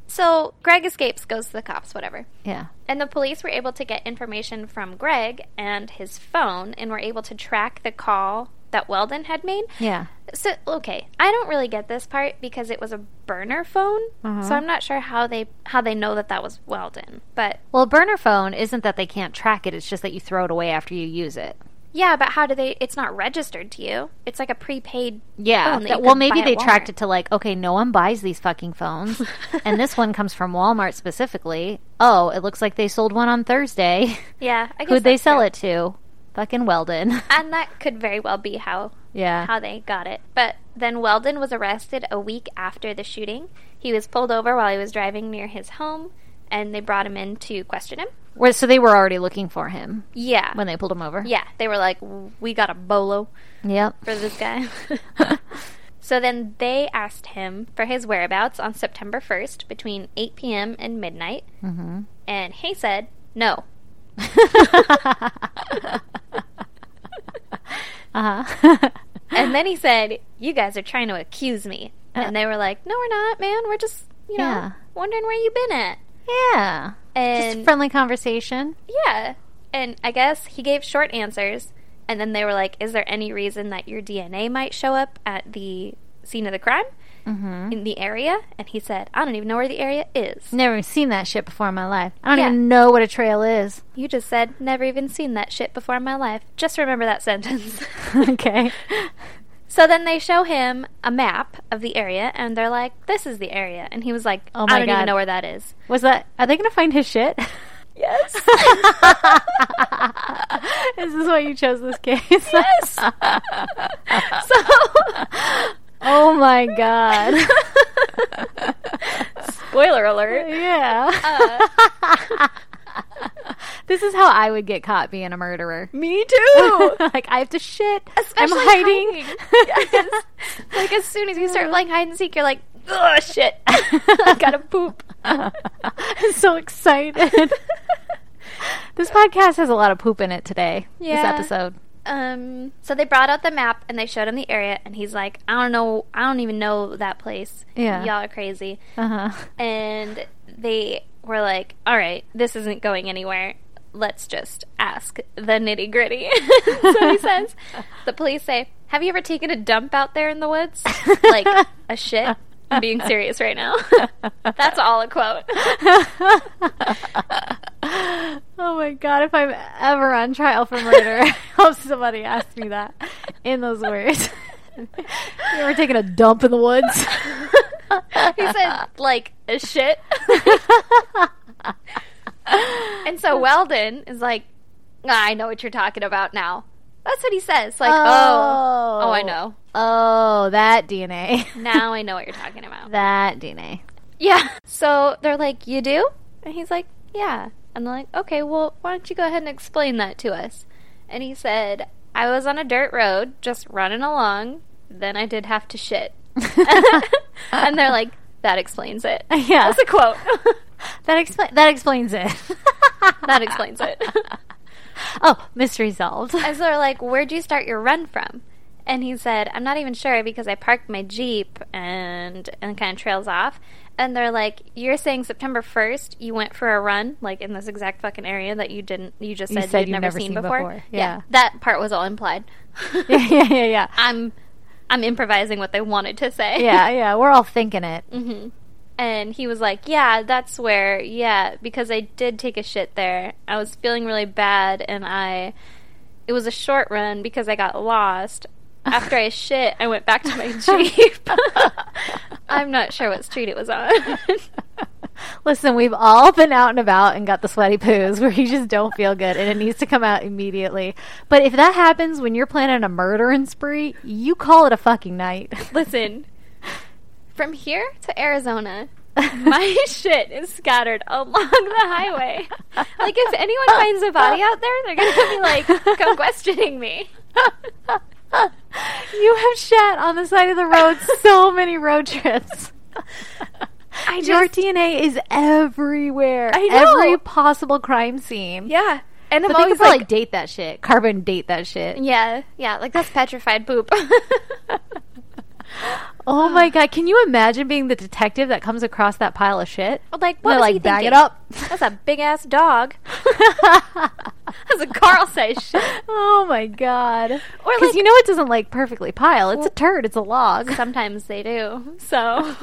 S2: so Greg escapes, goes to the cops, whatever.
S1: yeah.
S2: And the police were able to get information from Greg and his phone and were able to track the call that Weldon had made.
S1: Yeah.
S2: So, okay, I don't really get this part because it was a burner phone.
S1: Uh-huh.
S2: So I'm not sure how they how they know that that was Weldon. But
S1: Well, a burner phone isn't that they can't track it, it's just that you throw it away after you use it.
S2: yeah, but how do they it's not registered to you. It's like a prepaid
S1: Yeah.
S2: phone that
S1: that-
S2: you
S1: well,
S2: could
S1: maybe
S2: buy
S1: they
S2: at
S1: tracked it
S2: Walmart.
S1: to like, okay, no one buys these fucking
S2: [LAUGHS]
S1: phones, and this one comes from Walmart specifically. Oh, it looks like they sold one on Thursday. [LAUGHS]
S2: Yeah, I guess
S1: Who'd they
S2: that's
S1: sell
S2: true.
S1: it to? Fucking Weldon.
S2: And that could very well be how
S1: [LAUGHS] yeah.
S2: how they got it. But then Weldon was arrested a week after the shooting. He was pulled over while he was driving near his home, and they brought him in to question him.
S1: Where- so they were already looking for him
S2: Yeah.
S1: when they pulled him over.
S2: yeah, they were like, we got a bolo
S1: Yep.
S2: [LAUGHS]
S1: [LAUGHS]
S2: for this guy. so then they asked him for his whereabouts on September 1st between 8 p.m. and midnight. Mm-hmm. And he said, no.
S1: uh-huh. [LAUGHS]
S2: And then he said, you guys are trying to accuse me. And they were like, no, we're not, man. We're just, you know,
S1: Uh. Yeah.
S2: wondering where you've been at.
S1: yeah.
S2: And
S1: Just friendly conversation.
S2: Yeah. And I guess he gave short answers. And then they were like, Is there any reason that your DNA might show up at the scene of the crime
S1: Mm-hmm.
S2: in the area? And he said, I don't even know where the area is.
S1: Never seen that shit before in my life. I don't
S2: Yeah.
S1: even know what a trail is. [LAUGHS]
S2: You just said, Never even seen that shit before in my life. Just remember that sentence.
S1: [LAUGHS]
S2: [LAUGHS]
S1: okay.
S2: so then they show him a map of the area and they're like, This is the area. And he was like,
S1: Oh my
S2: I don't
S1: God.
S2: even know where that is.
S1: Was that? Are they going to find his shit? [LAUGHS]
S2: Yes.
S1: is this why you chose this case? [LAUGHS]
S2: yes. so.
S1: oh my god.
S2: [LAUGHS] Spoiler alert. Uh.
S1: yeah. [LAUGHS] this is how I would get caught being a murderer.
S2: Me [LAUGHS] too.
S1: [LAUGHS] like I have to shit.
S2: Especially
S1: I'm hiding.
S2: Yes. like as soon as you start playing hide and seek, you're like, oh shit, [LAUGHS]
S1: [LAUGHS]
S2: I gotta poop. [LAUGHS]
S1: I'm [LAUGHS] so excited. [LAUGHS] this podcast has a lot of poop in it today.
S2: Yeah.
S1: This episode.
S2: Um, so they brought out the map and they showed him the area, and he's like, I don't know, I don't even know that place.
S1: Yeah.
S2: y'all are crazy.
S1: Uh huh.
S2: And they were like, all right, this isn't going anywhere. Let's just ask the nitty [LAUGHS] gritty. so he says, the police say, Have you ever taken a dump out there in the woods?
S1: [LAUGHS]
S2: like a shit? I'm being serious right now. [LAUGHS] That's all a quote.
S1: [LAUGHS]
S2: [LAUGHS]
S1: Oh my god, if I'm ever on trial for murder, [LAUGHS] I hope somebody asks me that in those words. [LAUGHS] you ever taking a dump in the woods?
S2: [LAUGHS] he said, like, a shit. [LAUGHS] and so Weldon is like, "Ah, I know what you're talking about now. That's what he says. Like, oh, oh I know.
S1: [LAUGHS] Oh, that DNA.
S2: Now I know what you're talking
S1: [LAUGHS]
S2: about.
S1: that DNA.
S2: Yeah. So they're like, You do? And he's like, Yeah. And they're like, Okay, well, why don't you go ahead and explain that to us? And he said, I was on a dirt road just running along. Then I did have to shit. [LAUGHS]
S1: [LAUGHS]
S2: and they're like, That explains it.
S1: [LAUGHS] Yeah.
S2: That's a quote. [LAUGHS]
S1: That explains that explains it.
S2: that explains it.
S1: [LAUGHS] oh, mystery solved.
S2: and so they're like, Where'd you start your run from? And he said, I'm not even sure because I parked my Jeep and and kind of trails off. And they're like, You're saying September 1st you went for a run, like in this exact fucking area that you didn't, you just
S1: You
S2: said,
S1: said
S2: you'd
S1: you've
S2: never, seen, before.
S1: Yeah.
S2: That part was all implied.
S1: [LAUGHS]
S2: [LAUGHS]
S1: yeah, yeah, yeah, yeah.
S2: I'm. I'm improvising what they wanted to say.
S1: Yeah, yeah. We're all thinking it.
S2: [LAUGHS] And he was like, Yeah, that's where, yeah, because I did take a shit there. I was feeling really bad, and I. It was a short run because I got lost. [LAUGHS] After I shit, I [LAUGHS] went back to my Jeep. I'm not sure what street it was on.
S1: [LAUGHS] Listen, we've all been out and about and got the sweaty poos where you just don't feel good and it needs to come out immediately. But if that happens when you're planning a murdering spree, you call it a fucking night.
S2: [LAUGHS] Listen, from here to Arizona, my [LAUGHS] shit is scattered along the highway. Like, if anyone finds a body out there, they're going to be like, come questioning me.
S1: [LAUGHS] you have shat on the side of the road so many road
S2: [LAUGHS]
S1: trips.
S2: I
S1: Your
S2: just,
S1: DNA is everywhere.
S2: I know.
S1: Every possible crime scene.
S2: yeah. And I'm
S1: So people
S2: always
S1: like,
S2: like,
S1: like date that shit. Carbon date that shit.
S2: yeah, yeah, like that's petrified [LAUGHS] poop.
S1: Oh
S2: [GASPS]
S1: my god! Can you imagine being the detective that comes across that pile of shit?
S2: like,
S1: They're
S2: what was
S1: like,
S2: he
S1: bag
S2: thinking?
S1: it up.
S2: [LAUGHS] That's a
S1: [LAUGHS]
S2: big ass dog. That's a Carl size shit.
S1: Oh my god! Or because
S2: like-
S1: you know it doesn't like perfectly pile. It's a turd. It's a
S2: [LAUGHS]
S1: log. [LAUGHS]
S2: Sometimes they do. So,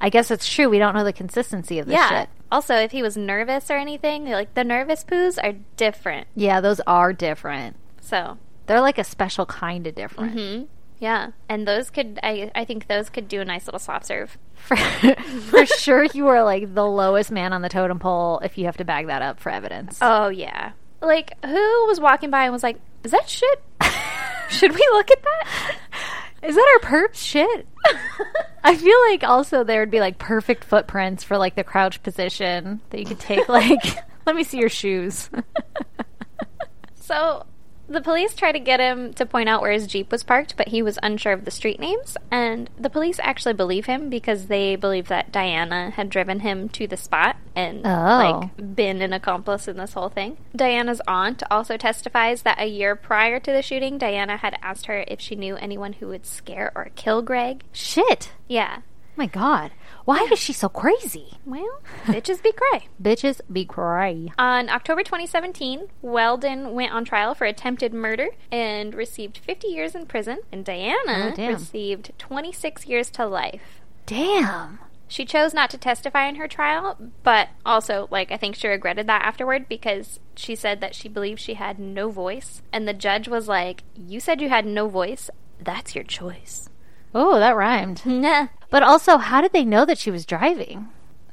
S1: I guess it's true. We don't know the consistency of this
S2: [LAUGHS] yeah.
S1: shit.
S2: Also, if he was nervous or anything, like the nervous poos are different.
S1: Yeah, those are different.
S2: So,
S1: They're like a special kind of different.
S2: Mm-hmm. yeah. And those could, I, I think those could do a nice little soft serve.
S1: For, [LAUGHS] for sure, you are like the lowest man on the totem pole if you have to bag that up for evidence.
S2: Oh, yeah. Like, who was walking by and was like, is that shit?
S1: [LAUGHS]
S2: Should we look at that?
S1: Is that our perps shit? I feel like also there would be like perfect footprints for like the crouch position that you could [LAUGHS] take. Like, let me see your shoes.
S2: So the police tried to get him to point out where his Jeep was parked, but he was unsure of the street names. And the police actually believe him because they believe that Diana had driven him to the spot and,
S1: Oh.
S2: like, been an accomplice in this whole thing. Diana's aunt also testifies that a year prior to the shooting, Diana had asked her if she knew anyone who would scare or kill Greg.
S1: Shit. Oh
S2: Yeah.
S1: My God. Why is she so crazy?
S2: Well, bitches be cray.
S1: Bitches be cray.
S2: On October 2017, Weldon went on trial for attempted murder and received 50 years in prison, and Diana
S1: Oh, damn.
S2: received 26 years to life.
S1: Damn.
S2: She chose not to testify in her trial, but also, like, I think she regretted that afterward because she said that she believed she had no voice, and the judge was like, You said you had no voice. That's your choice.
S1: Oh, that rhymed.
S2: Nah.
S1: But also, how did they know that she was driving?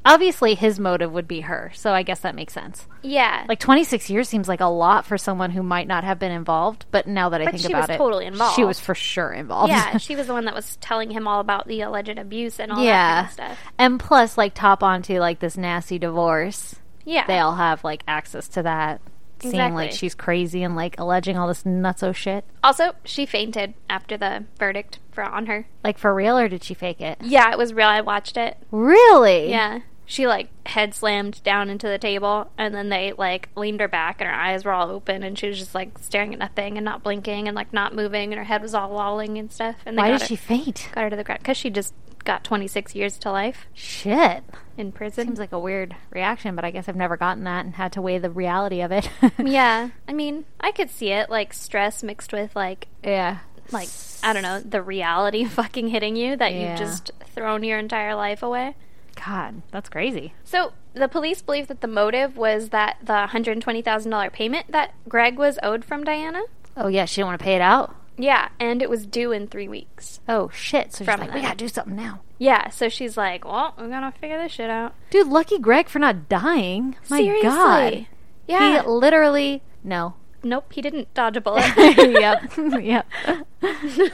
S1: Obviously, his motive would be her, so I guess that makes sense.
S2: Yeah.
S1: Like 26 years seems like a lot for someone who might not have been involved, but now that I
S2: But
S1: think
S2: she
S1: about
S2: was
S1: it,
S2: totally
S1: she
S2: involved.
S1: was for sure involved. [LAUGHS]
S2: yeah, she was the one that was telling him all about the alleged abuse and all
S1: yeah.
S2: that kind of stuff.
S1: And plus, like, top onto like this nasty divorce.
S2: Yeah.
S1: They all have like access to that. Seeing like
S2: Exactly.
S1: she's crazy and like alleging all this nutso shit.
S2: Also, she fainted after the verdict for on her.
S1: Like for real, or did she fake it?
S2: Yeah, it was real. I watched it.
S1: Really?
S2: Yeah. She like head slammed down into the table and then they like leaned her back and her eyes were all open and she was just like staring at nothing and not blinking and like not moving and her head was all lolling and stuff and they
S1: Why
S2: got,
S1: did
S2: her,
S1: she faint?
S2: got her to the ground cuz she just got 26 years to life
S1: Shit.
S2: in prison.
S1: Seems like a weird reaction, but I guess I've never gotten that and had to weigh the reality of it. [LAUGHS]
S2: yeah. I mean, I could see it like stress mixed with like
S1: Yeah.
S2: like I don't know, the reality [LAUGHS] fucking hitting you that
S1: Yeah.
S2: you've just thrown your entire life away.
S1: God, that's crazy.
S2: So the police believe that the motive was that the $120,000 payment that Greg was owed from Diana.
S1: Oh yeah, she didn't want to pay it out.
S2: Yeah, and it was due in three weeks.
S1: Oh shit. So she's
S2: From
S1: like, we
S2: that.
S1: gotta do something now.
S2: Yeah, so she's like, well, we're gonna figure this shit out.
S1: Dude, lucky Greg for not dying. My God.
S2: Yeah.
S1: He literally no.
S2: nope, he didn't dodge a bullet.
S1: [LAUGHS]
S2: [LAUGHS]
S1: yep. [LAUGHS] yep.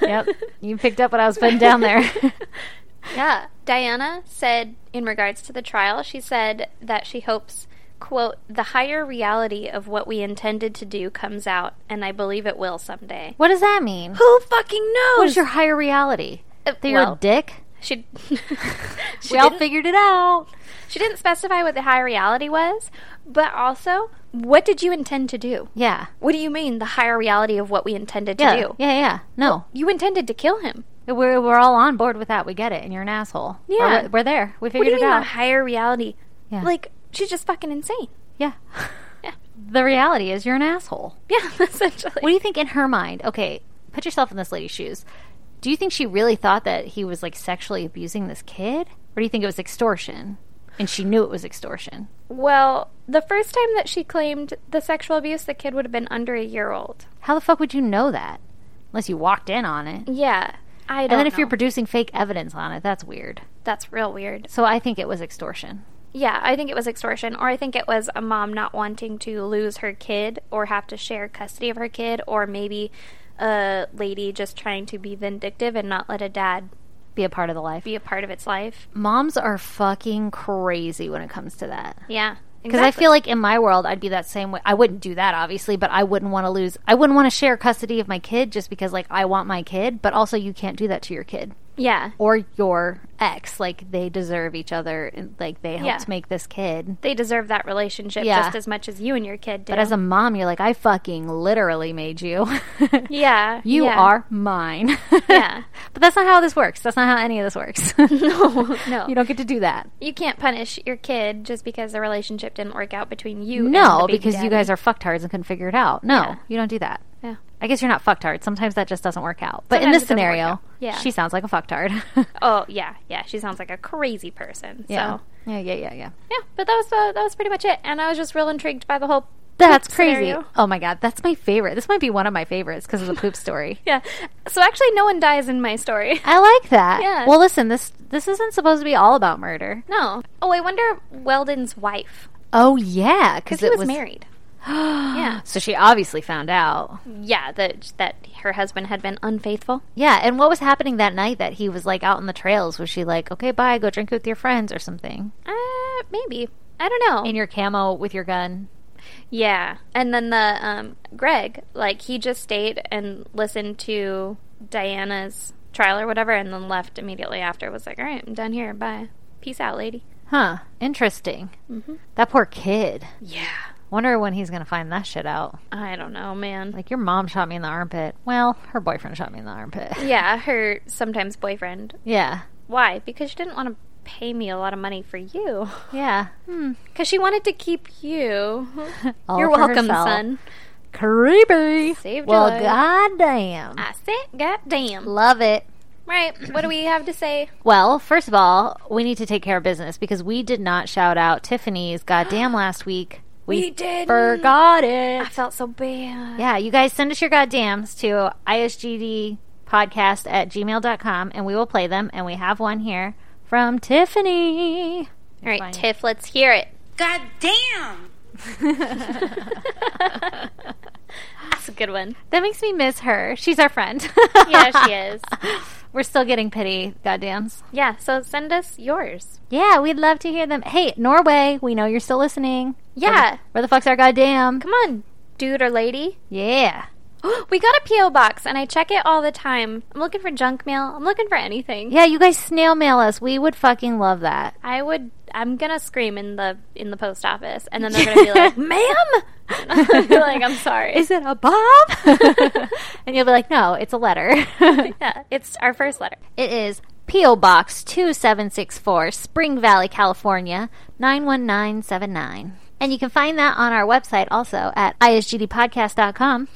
S1: Yep. You picked up what I was putting down there.
S2: Yeah. Diana said in regards to the trial, she said that she hopes, quote, the higher reality of what we intended to do comes out, and I believe it will someday.
S1: [LAUGHS] what does that mean?
S2: Who fucking knows?
S1: What is your higher reality?
S2: Uh,
S1: That you're
S2: well,
S1: a dick?
S2: She, [LAUGHS] she
S1: [LAUGHS] We all
S2: didn't-
S1: figured it out.
S2: She didn't specify what the high reality was, but also, what did you intend to do?
S1: Yeah.
S2: What do you mean, the higher reality of what we intended to
S1: Yeah.
S2: do?
S1: Yeah, yeah. No.
S2: You intended to kill him.
S1: We're, we're all on board with that. We get it. And you're an asshole.
S2: Yeah.
S1: We're, we're there. We
S2: What do
S1: figured
S2: you
S1: it
S2: mean,
S1: out.
S2: the higher reality?
S1: Yeah.
S2: Like, she's just fucking insane.
S1: yeah. [LAUGHS]
S2: Yeah.
S1: The reality is you're an asshole.
S2: Yeah, [LAUGHS] essentially.
S1: What do you think in her mind? Okay, put yourself in this lady's shoes. Do you think she really thought that he was like sexually abusing this kid? Or do you think it was extortion? And she knew it was extortion.
S2: well, the first time that she claimed the sexual abuse, the kid would have been under a year old.
S1: How the fuck would you know that? Unless you walked in on it.
S2: Yeah. I don't
S1: And then if
S2: know.
S1: you're producing fake evidence on it, that's weird.
S2: That's real weird.
S1: So I think it was extortion.
S2: Yeah, I think it was extortion, or I think it was a mom not wanting to lose her kid or have to share custody of her kid, or maybe a lady just trying to be vindictive and not let a dad
S1: Be a part of the life.
S2: be a part of its life.
S1: Moms are fucking crazy when it comes to that.
S2: Yeah.
S1: Because I feel like in my world, I'd be that same way. I wouldn't do that, obviously, but I wouldn't want to lose. I wouldn't want to share custody of my kid just because, like, I want my kid. But also, you can't do that to your kid
S2: Yeah.
S1: or your ex. Like, they deserve each other. and, Like, they helped
S2: Yeah.
S1: make this kid.
S2: They deserve that relationship
S1: Yeah.
S2: just as much as you and your kid do.
S1: But as a mom, you're like, I fucking literally made you. [LAUGHS]
S2: yeah.
S1: You
S2: yeah.
S1: are mine. [LAUGHS]
S2: Yeah.
S1: but that's not how this works. That's not how any of this works.
S2: [LAUGHS]
S1: [LAUGHS]
S2: No, no.
S1: You don't get to do that.
S2: You can't punish your kid just because the relationship didn't work out between you and
S1: No,
S2: the baby
S1: because you
S2: daddy.
S1: guys are fucktards and couldn't figure it out. No,
S2: Yeah.
S1: you don't do that.
S2: Yeah.
S1: I guess you're not fucktard. Sometimes that just doesn't work out. But in
S2: Sometimes
S1: this
S2: it doesn't work
S1: scenario,
S2: out. Yeah.
S1: she sounds like a fucktard. [LAUGHS]
S2: Oh, yeah. Yeah. She sounds like a crazy person.
S1: yeah.
S2: So.
S1: yeah, yeah, yeah, yeah.
S2: yeah, but that was uh, that was pretty much it. And I was just real intrigued by the whole.
S1: That's
S2: poop
S1: crazy.
S2: scenario.
S1: Oh my god, that's my favorite. This might be one of my favorites because of the poop [LAUGHS] story.
S2: [LAUGHS] Yeah. So actually, no one dies in my story. [LAUGHS]
S1: I like that.
S2: Yeah.
S1: Well, listen, this this isn't supposed to be all about murder.
S2: No. Oh, I wonder Weldon's wife
S1: Oh yeah, because
S2: because he was, married. yeah.
S1: [GASPS] So she obviously found out.
S2: Yeah. That that her husband had been unfaithful.
S1: Yeah, and what was happening that night that he was like out in the trails? Was she like, okay, bye, go drink with your friends or something?
S2: Uh, maybe. I don't know.
S1: In your camo with your gun.
S2: yeah. And then the um, Greg, like he just stayed and listened to Diana's trial or whatever, and then left immediately after. Was like, all right, I'm done here. Bye. Peace out, lady.
S1: Huh, Mm-hmm. interesting. That poor kid.
S2: Yeah.
S1: Wonder when he's going to find that shit out.
S2: I don't know, man.
S1: Like, your mom shot me in the armpit. Well, her boyfriend shot me in the armpit. [LAUGHS]
S2: Yeah, her sometimes boyfriend.
S1: Yeah.
S2: Why? Because she didn't want to pay me a lot of money for you.
S1: Yeah. Hmm.
S2: Because she wanted to keep you.
S1: [LAUGHS] All
S2: You're
S1: for
S2: welcome,
S1: herself.
S2: son.
S1: Creepy.
S2: Saved your
S1: well,
S2: life.
S1: goddamn.
S2: I said, goddamn.
S1: Love it.
S2: Right, what do we have
S1: [LAUGHS]
S2: to say?
S1: Well, first of all, we need to take care of business because we did not shout out
S2: [GASPS]
S1: Tiffany's goddamn last week.
S2: We didn't.
S1: Forgot it.
S2: I felt so bad.
S1: Yeah, you guys send us your goddams to isgdpodcast at gmail.com and we will play them. And we have one here from
S2: [LAUGHS]
S1: Tiffany. [LAUGHS]
S2: All right,
S1: Fine.
S2: Tiff, let's hear
S1: [LAUGHS]
S2: it. [LAUGHS]
S4: God damn!
S2: That's a good one.
S1: That makes me miss her. She's our friend.
S2: [LAUGHS]
S1: [LAUGHS]
S2: Yeah, she is.
S1: We're still getting pity goddams.
S2: Yeah, so send us yours.
S1: Yeah, we'd love to hear them. Hey, Norway, we know you're still listening.
S2: Yeah,
S1: Where the fuck's our goddamn?
S2: come on, dude or lady. [GASPS]
S1: Yeah.
S2: we got a P.O. box, and I check it all the time. I'm looking for junk mail, I'm looking for anything.
S1: Yeah, you guys snail mail us. We would fucking love that.
S2: I would. I'm gonna scream in the in the post office,
S1: [LAUGHS]
S2: and then they're gonna be like, "Ma'am," I'll be like, [LAUGHS] "I'm sorry."
S1: Is it a
S2: [LAUGHS]
S1: bomb? [LAUGHS] and you'll be like, no, it's a letter.
S2: yeah, it's our first letter.
S1: It is P.O. Box 2764, Spring Valley, California, 91979. And you can find that on our website also at isgdpodcast.com.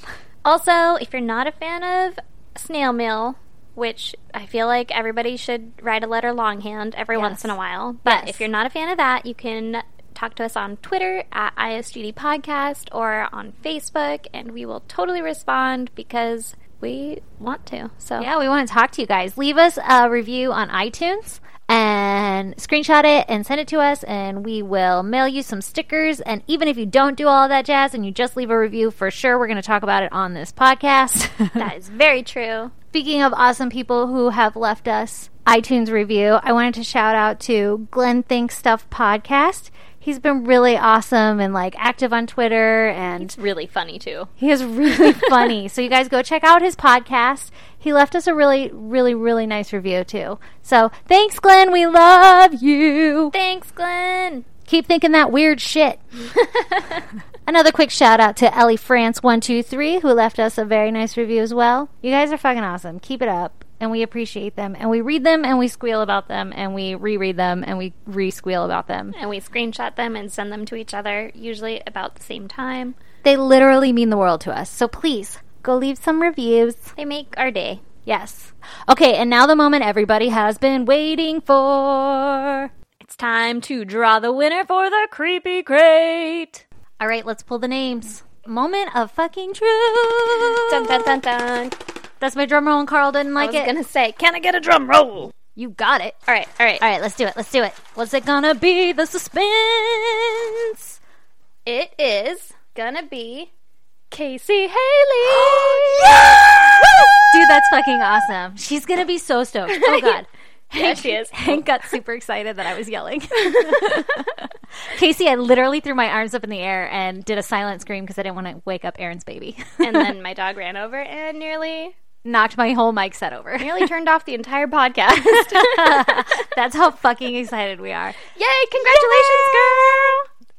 S2: Also, if you're not a fan of snail mail, which I feel like everybody should write a letter longhand every once in a while, but
S1: Yes.
S2: if you're not a fan of that, you can talk to us on Twitter at ISGD Podcast or on Facebook, and we will totally respond because we want to. So
S1: Yeah, we want to talk to you guys. Leave us a review on iTunes and screenshot it and send it to us, and we will mail you some stickers. And even if you don't do all of that jazz and you just leave a review, for sure we're going to talk about it on this podcast. [LAUGHS]
S2: that is very true.
S1: Speaking of awesome people who have left us iTunes review, I wanted to shout out to Glenn Thinks Stuff Podcast. He's been really awesome and like active on Twitter and
S2: Really funny too.
S1: he [LAUGHS] is really [LAUGHS] funny. So you guys go check out his podcast. He left us a really, really, really nice review too. So thanks, Glenn. We love you.
S2: Thanks, Glenn.
S1: Keep thinking that weird shit. Another quick shout out to Ellie France one two three who left us a very nice review as well. You guys are fucking awesome. Keep it up, and we appreciate them. And we read them, and we squeal about them, and we reread them, and we re-squeal about them.
S2: and we screenshot them and send them to each other, usually about the same time.
S1: They literally mean the world to us. So please go leave some reviews.
S2: They make our day.
S1: Yes. Okay, and now the moment everybody has been waiting for.
S2: It's time to draw the winner for the creepy crate.
S1: All right, let's pull the names. Moment of fucking truth.
S2: Dun dun dun dun.
S1: That's my drum roll, and Carl didn't
S2: I
S1: like
S2: was
S1: it.
S2: gonna say, can I get a drum roll?
S1: You got it.
S2: All right, all right.
S1: All right, let's do it. Let's do it. What's it gonna be? The suspense.
S2: It is gonna be
S1: Casey Haley.
S2: [GASPS]
S1: Dude, that's fucking awesome. She's gonna be so stoked. Oh god.
S2: [LAUGHS] yeah, she is.
S1: Hank
S2: [LAUGHS]
S1: got super excited that I was yelling. Casey, I literally threw my arms up in the air and did a silent scream because I didn't want to wake up Aaron's baby.
S2: [LAUGHS] And then my dog ran over and nearly
S1: [LAUGHS] knocked my whole mic set over.
S2: [LAUGHS] nearly turned off the entire [LAUGHS] podcast.
S1: [LAUGHS] That's how fucking excited we are.
S2: Yay! Congratulations,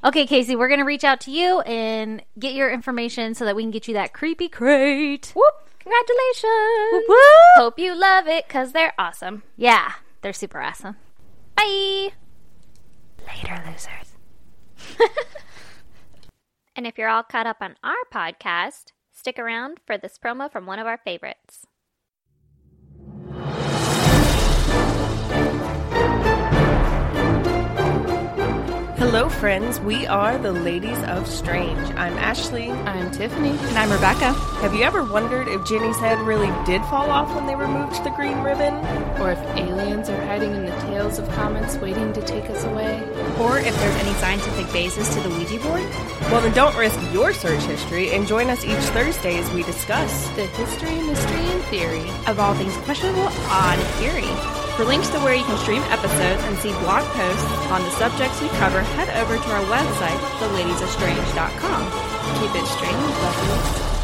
S1: Okay, Casey, we're going to reach out to you and get your information so that we can get you that creepy crate.
S2: girl. Whoop! Congratulations.
S1: Woo!
S2: Hope you love it because they're awesome.
S1: Yeah, they're super awesome.
S2: Bye.
S1: Later, losers.
S2: And if you're all caught up on our podcast, stick around for this promo from one of our favorites.
S4: Hello, friends. We are the Ladies of Strange. I'm Ashley.
S5: I'm Tiffany. And I'm Rebecca.
S4: Have you ever wondered if Jenny's head really did fall off when they removed the green ribbon?
S5: Or if aliens are hiding in the tails of comets waiting to take us away.
S6: Or if there's any scientific basis to the Ouija board?
S4: Well, then don't risk your search history and join us each Thursday as we discuss.
S5: The history, mystery, and theory.
S6: Of all things questionable, odd, and eerie. For links to where you can stream episodes and see blog posts on the subjects we cover, head over to our website, theladiesofstrange.com.
S5: Keep it strange, lovely.